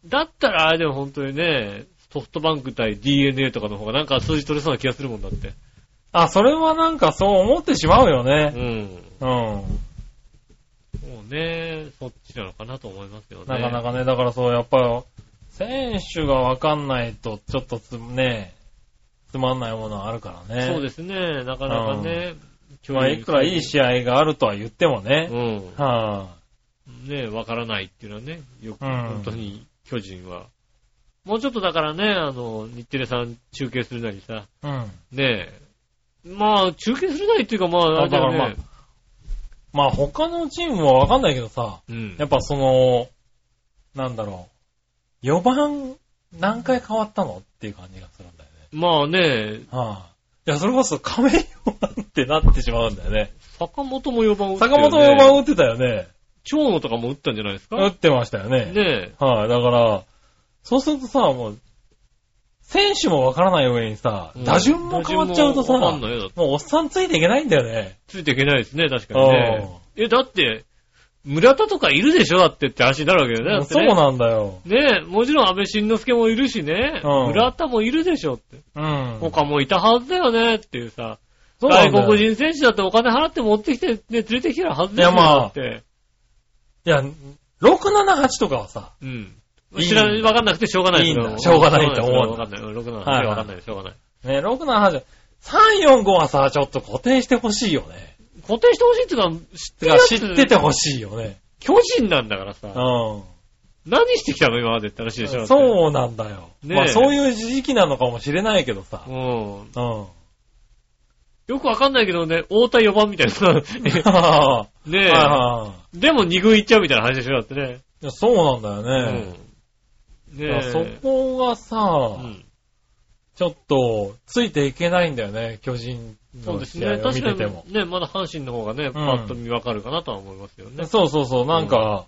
Speaker 2: だったら、あれでも本当にね、ソフトバンク対 DNA とかの方がなんか数字取れそうな気がするもんだって。
Speaker 3: あ、それはなんかそう思ってしまうよ
Speaker 2: う
Speaker 3: ね。
Speaker 2: ん。
Speaker 3: うん。
Speaker 2: もうね、そっちなのかなと思いますよね。
Speaker 3: なかなかね、だからそう、やっぱ、選手がわかんないと、ちょっとつ、ね、つまんないものはあるからね。
Speaker 2: そうですね、なかなかね。巨
Speaker 3: まあ、
Speaker 2: 人
Speaker 3: いくらいい試合があるとは言ってもね。
Speaker 2: うん。
Speaker 3: はあ、
Speaker 2: ねわからないっていうのはね、よく、
Speaker 3: うん
Speaker 2: 本当に巨人は。もうちょっとだからね、あの、日テレさん中継するなりさ、
Speaker 3: うん。
Speaker 2: ねえ、まあ、中継するなりっていうか、まあ、あれだよね
Speaker 3: だからまあまあ、他のチームはわかんないけどさ、
Speaker 2: うん。
Speaker 3: やっぱその、なんだろう、4番何回変わったのっていう感じがするんだよね。
Speaker 2: まあね、
Speaker 3: はあ、いや、それこそ亀4番ってなってしまうんだよね。
Speaker 2: 坂本も4番打ったよ
Speaker 3: 坂
Speaker 2: ね
Speaker 3: 本も4番打ってたよね。
Speaker 2: 長野とかも打ったんじゃないですか
Speaker 3: 打ってましたよね。
Speaker 2: ね
Speaker 3: はい、だから、そうするとさ、もう、選手もわからない上にさ
Speaker 2: え。、ん
Speaker 3: 打順も変わっちゃうとさ、
Speaker 2: 打順もわかん
Speaker 3: も
Speaker 2: ないよ。だって
Speaker 3: うおっさんついていけないんだよね。
Speaker 2: ついていけないですね、確かにね。え、だって、村田とかいるでしょだってって話になるわけだよね。だって
Speaker 3: そう
Speaker 2: ね
Speaker 3: なんだよ。
Speaker 2: ねえ、もちろん安倍晋之助もいるしね、
Speaker 3: うん
Speaker 2: 村田もいるでしょって。
Speaker 3: うん。
Speaker 2: 他もいたはずだよねっていうさ、
Speaker 3: そうなんだ
Speaker 2: 外
Speaker 3: よ
Speaker 2: 国人選手だってお金払って持ってきて、ね、連れてきてるはずだよ
Speaker 3: いやまあ
Speaker 2: だって。
Speaker 3: いや、678とかはさ、
Speaker 2: うん。
Speaker 3: いいんだ
Speaker 2: 知らない、わかんなくてしょうがないです
Speaker 3: いいんだしょうがないと思う
Speaker 2: わかんない。6なの
Speaker 3: はいはい
Speaker 2: わかんない、しょうがない。
Speaker 3: ね、678、345はさ、ちょっと固定してほしいよね。
Speaker 2: 固定してほしいっていうのは、知って
Speaker 3: て
Speaker 2: る
Speaker 3: か
Speaker 2: やつ
Speaker 3: 知っててほしいよね。
Speaker 2: 巨人なんだから
Speaker 3: う
Speaker 2: さ、
Speaker 3: ん。
Speaker 2: 何してきたの今までって話でしょ。だって
Speaker 3: そうなんだよ。
Speaker 2: ねえ
Speaker 3: まあそういう時期なのかもしれないけどさ。
Speaker 2: うん。
Speaker 3: うん。
Speaker 2: よくわかんないけどね、太田4番みたい
Speaker 3: [LAUGHS]
Speaker 2: な。
Speaker 3: は
Speaker 2: ね
Speaker 3: い
Speaker 2: え。
Speaker 3: はい
Speaker 2: でも2軍行っちゃうみたいな話でしょ、だってね。
Speaker 3: いやそうなんだよね。
Speaker 2: うん。
Speaker 3: だ
Speaker 2: ね
Speaker 3: か
Speaker 2: え。
Speaker 3: らそこがさ、
Speaker 2: うん
Speaker 3: ちょっと、ついていけないんだよね、巨人
Speaker 2: そう
Speaker 3: の
Speaker 2: です
Speaker 3: 試合
Speaker 2: ね。
Speaker 3: を見
Speaker 2: 確か
Speaker 3: て
Speaker 2: に
Speaker 3: ても。
Speaker 2: ね、まだ阪神の方がね、パッと見わかるかなとは思いますよね。
Speaker 3: そうそうそう、なんか、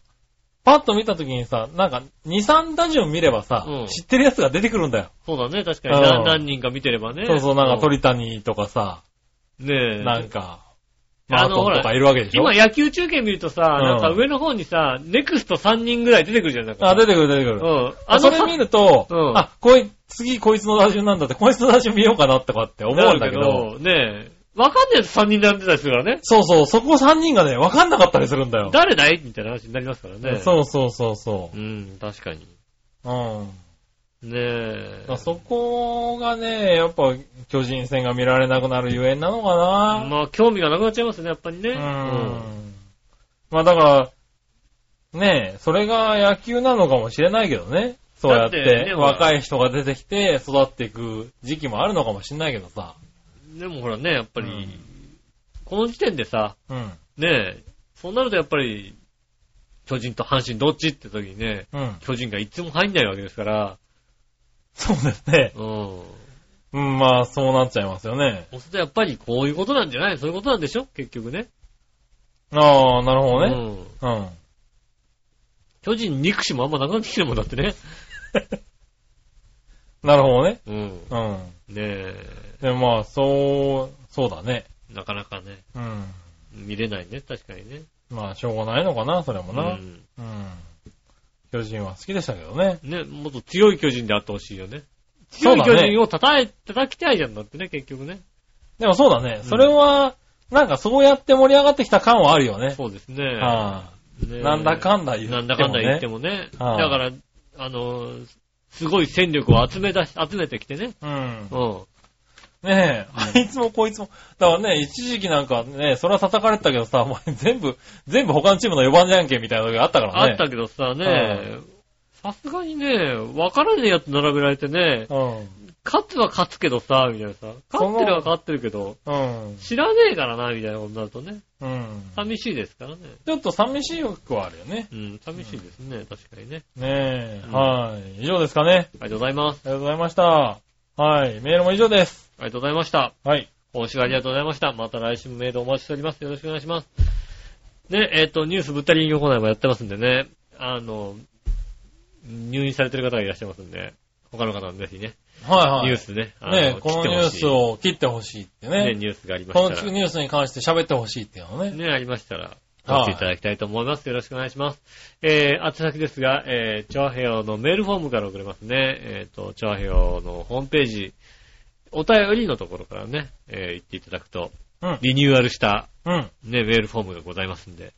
Speaker 3: パッと見た時にさ、なんか、2、3打順見ればさ、
Speaker 2: うん
Speaker 3: 知ってるやつが出てくるんだよ。
Speaker 2: そうだね、確かにな。
Speaker 3: うん
Speaker 2: 何人か見てればね。
Speaker 3: そうそう、なんか鳥谷とかさ、
Speaker 2: うん。ねえ。
Speaker 3: なんか、マ
Speaker 2: あ
Speaker 3: ー
Speaker 2: の
Speaker 3: ト
Speaker 2: ほ
Speaker 3: ン
Speaker 2: ら
Speaker 3: とかいるわけでしょ
Speaker 2: 今野球中継見るとさ、
Speaker 3: ん
Speaker 2: なんか上の方にさ、ネクスト3人ぐらい出てくるじゃん。なんか
Speaker 3: あ、出てくる出てくる。
Speaker 2: うん。
Speaker 3: あそれ見ると、
Speaker 2: うん
Speaker 3: あ、こい、次こいつの打順なんだって、こいつの打順見ようかなとかって思うんだけど、
Speaker 2: なるけどねえ。わかんないやつ3人並んでたりするからね。
Speaker 3: そうそう、そこ3人がね、わかんなかったりするんだよ。
Speaker 2: 誰だいみたいな話になりますからね。う。
Speaker 3: そうそうそうそ
Speaker 2: うん、確かに。
Speaker 3: う。うん。
Speaker 2: ねえ
Speaker 3: だか。らそこがね、やっぱ巨人戦が見られなくなるゆえんなのかな。
Speaker 2: まあ、興味がなくなっちゃいますね、やっぱりね。
Speaker 3: うん。まあだから、ねえ、それが野球なのかもしれないけどね。そうやっ
Speaker 2: だって
Speaker 3: て
Speaker 2: ね
Speaker 3: 若い人が出てきて育っていく時期もあるのかもしれないけどさ。
Speaker 2: うんでもほらね、やっぱり、
Speaker 3: うん
Speaker 2: この時点でさ、
Speaker 3: うん。
Speaker 2: ねえ、そうなるとやっぱり、巨人と阪神どっちって時にね、
Speaker 3: うん。
Speaker 2: 巨人がいつも入んないわけですから、
Speaker 3: そうですね。
Speaker 2: うん。
Speaker 3: うん、まあそうなっちゃいますよね。
Speaker 2: そうするとやっぱりこういうことなんじゃないそういうことなんでしょ結局ね。
Speaker 3: ああ、なるほどね。
Speaker 2: うん。
Speaker 3: うん。
Speaker 2: 巨人憎しもあんまなくなってきてるもんだってね。
Speaker 3: なるほどね。
Speaker 2: うん。
Speaker 3: うん。
Speaker 2: ねえ、
Speaker 3: で、まあ、そう、そうだね。
Speaker 2: なかなかね、
Speaker 3: うん。
Speaker 2: 見れないね、確かにね。
Speaker 3: まあ、しょうがないのかな、それも
Speaker 2: う
Speaker 3: な。
Speaker 2: ん。
Speaker 3: うん。巨人は好きでしたけどね。
Speaker 2: ね、もっと強い巨人であってほしいよね。
Speaker 3: そ
Speaker 2: 強
Speaker 3: う
Speaker 2: い
Speaker 3: だ
Speaker 2: 巨
Speaker 3: ね
Speaker 2: 人を叩い、叩きたいじゃんだってね、結局ね。
Speaker 3: でもそうだ
Speaker 2: う
Speaker 3: ね。
Speaker 2: ん
Speaker 3: それは、なんかそうやって盛り上がってきた感はあるよね。
Speaker 2: そうですね。
Speaker 3: は
Speaker 2: ね
Speaker 3: い。なんだかんだ言っても、
Speaker 2: な
Speaker 3: ね。
Speaker 2: んだかんだ言って
Speaker 3: も。
Speaker 2: もね。だ
Speaker 3: はい
Speaker 2: から、あの、すごい戦力を集めだし、集めてきてね。
Speaker 3: うん。
Speaker 2: うん。
Speaker 3: ねえ、あいつもこいつも。だからね、一時期なんかね、それは叩かれてたけどさ、お前全部、全部他のチームの4番じゃんけみたいなのがあったから
Speaker 2: あ
Speaker 3: ね。
Speaker 2: ったけどさ、
Speaker 3: は
Speaker 2: ね、さすがにね、わからねえやつ並べられてね、
Speaker 3: うん。
Speaker 2: 勝つは勝つけどさ、みたいなさ、
Speaker 3: その
Speaker 2: 勝ってるは勝ってるけど、
Speaker 3: うん。
Speaker 2: 知らねえからな、みたいなことになるとね、
Speaker 3: うん。
Speaker 2: 寂しいですからね。
Speaker 3: ちょっと寂しい欲はあるよね。
Speaker 2: うん、寂しいですね、確かにね。
Speaker 3: ねえ、
Speaker 2: うん
Speaker 3: はい。以上ですかね。
Speaker 2: ありがとうございます。
Speaker 3: ありがとうございました。はい。メールも以上です。
Speaker 2: ありがとうございました。
Speaker 3: はい。
Speaker 2: 今週はありがとうございました。また来週もメールお待ちしております。よろしくお願いします。ね、えっ、と、ニュースぶったり人形コーナーもやってますんでね、あの、入院されてる方がいらっしゃいますんで、他の方もぜひね、
Speaker 3: はいはい。
Speaker 2: ニュースね、あ
Speaker 3: ねえ、このニュース
Speaker 2: い
Speaker 3: を切ってほしいって
Speaker 2: ね、
Speaker 3: ね。
Speaker 2: ニュースがありま
Speaker 3: こ
Speaker 2: し
Speaker 3: の
Speaker 2: たら、
Speaker 3: ニュースに関して喋ってほしいっていうのね。
Speaker 2: ね、ありましたら、
Speaker 3: はい
Speaker 2: 送っていただきたいと思います。よろしくお願いします。えー、あ先ですが、えー、チョアヘヨのメールフォームから送れますね。えっ、と、チョアヘヨのホームページ、お便りのところからね、えー、行っていただくと、
Speaker 3: うん。
Speaker 2: リニューアルした
Speaker 3: うん。
Speaker 2: ね、メールフォームがございますんで、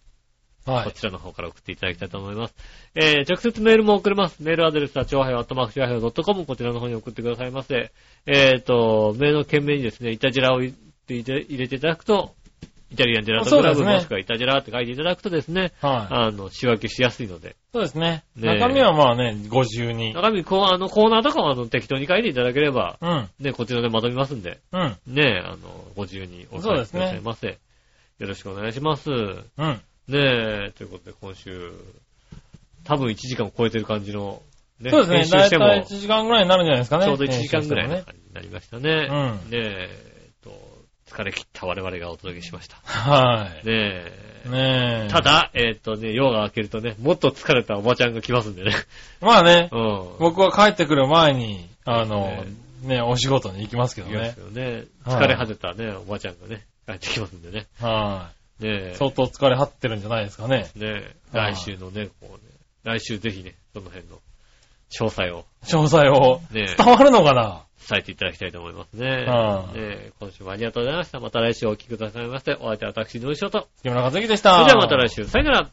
Speaker 3: は
Speaker 2: こ
Speaker 3: い。
Speaker 2: ちらの方から送っていただきたいと思います。えー、直接メールも送れます。メールアドレスは、超派よ、アットマーク、超派よ .com、こちらの方に送ってくださいませ。えーと、メールの件名にですね、イタジラを入れて入れていただくと、イタリアンジェラートクラブ、
Speaker 3: そうですね
Speaker 2: もしくはイタジラって書いていただくとですね、
Speaker 3: はい。
Speaker 2: あの、仕分けしやすいので。
Speaker 3: そうですね。
Speaker 2: ねえ
Speaker 3: 中身はまあね、ご自由に。
Speaker 2: 中身、こう、あの、コーナーとかは、あの、適当に書いていただければ、
Speaker 3: うん。
Speaker 2: ね、こちらでまとめますんで、
Speaker 3: うん。
Speaker 2: ね、あの、ご自由にお伝えくださいませ。よろしくお願いします。
Speaker 3: うん。
Speaker 2: ねえ、ということで今週、多分1時間を超えてる感じの、ね
Speaker 3: そうですね。
Speaker 2: 編集
Speaker 3: だ
Speaker 2: し
Speaker 3: い
Speaker 2: て
Speaker 3: たい
Speaker 2: も、ち
Speaker 3: 1時間ぐらいになるんじゃないですかね。
Speaker 2: ょうど1時間ぐらい
Speaker 3: ね
Speaker 2: の。感じになりましたね。
Speaker 3: うん
Speaker 2: ねえ、えっと、疲れ切った我々がお届けしました。
Speaker 3: は
Speaker 2: ねえ
Speaker 3: い。。ねえ。
Speaker 2: た。だ、えっとね、夜が明けるとね、もっと疲れたおばちゃんが来ます
Speaker 3: [LAUGHS]
Speaker 2: んでね。
Speaker 3: まあね、
Speaker 2: うん。
Speaker 3: 僕は帰ってくる前に、あの
Speaker 2: ね、
Speaker 3: ね、お仕事に行きますけど
Speaker 2: います
Speaker 3: ね
Speaker 2: け。どね。
Speaker 3: はい
Speaker 2: 疲れ果てたね、おばちゃんがね、帰ってきますんでね。
Speaker 3: は
Speaker 2: ね
Speaker 3: い。
Speaker 2: え。
Speaker 3: 相当疲れ張ってるんじゃないですかね。
Speaker 2: ねえ、
Speaker 3: はい
Speaker 2: 来週のね、こうね、来週ぜひね、その辺の詳細を
Speaker 3: 詳細を。
Speaker 2: ねえ
Speaker 3: 伝わるのかな
Speaker 2: 伝えていただきたいと思いますね。
Speaker 3: はい
Speaker 2: ねえ今週もありがとうございました。また来週お聞きくださいまして、お相手は私、どうしようと。
Speaker 3: 木村和之でし
Speaker 2: そ
Speaker 3: た。
Speaker 2: れではまた来週、さよなら。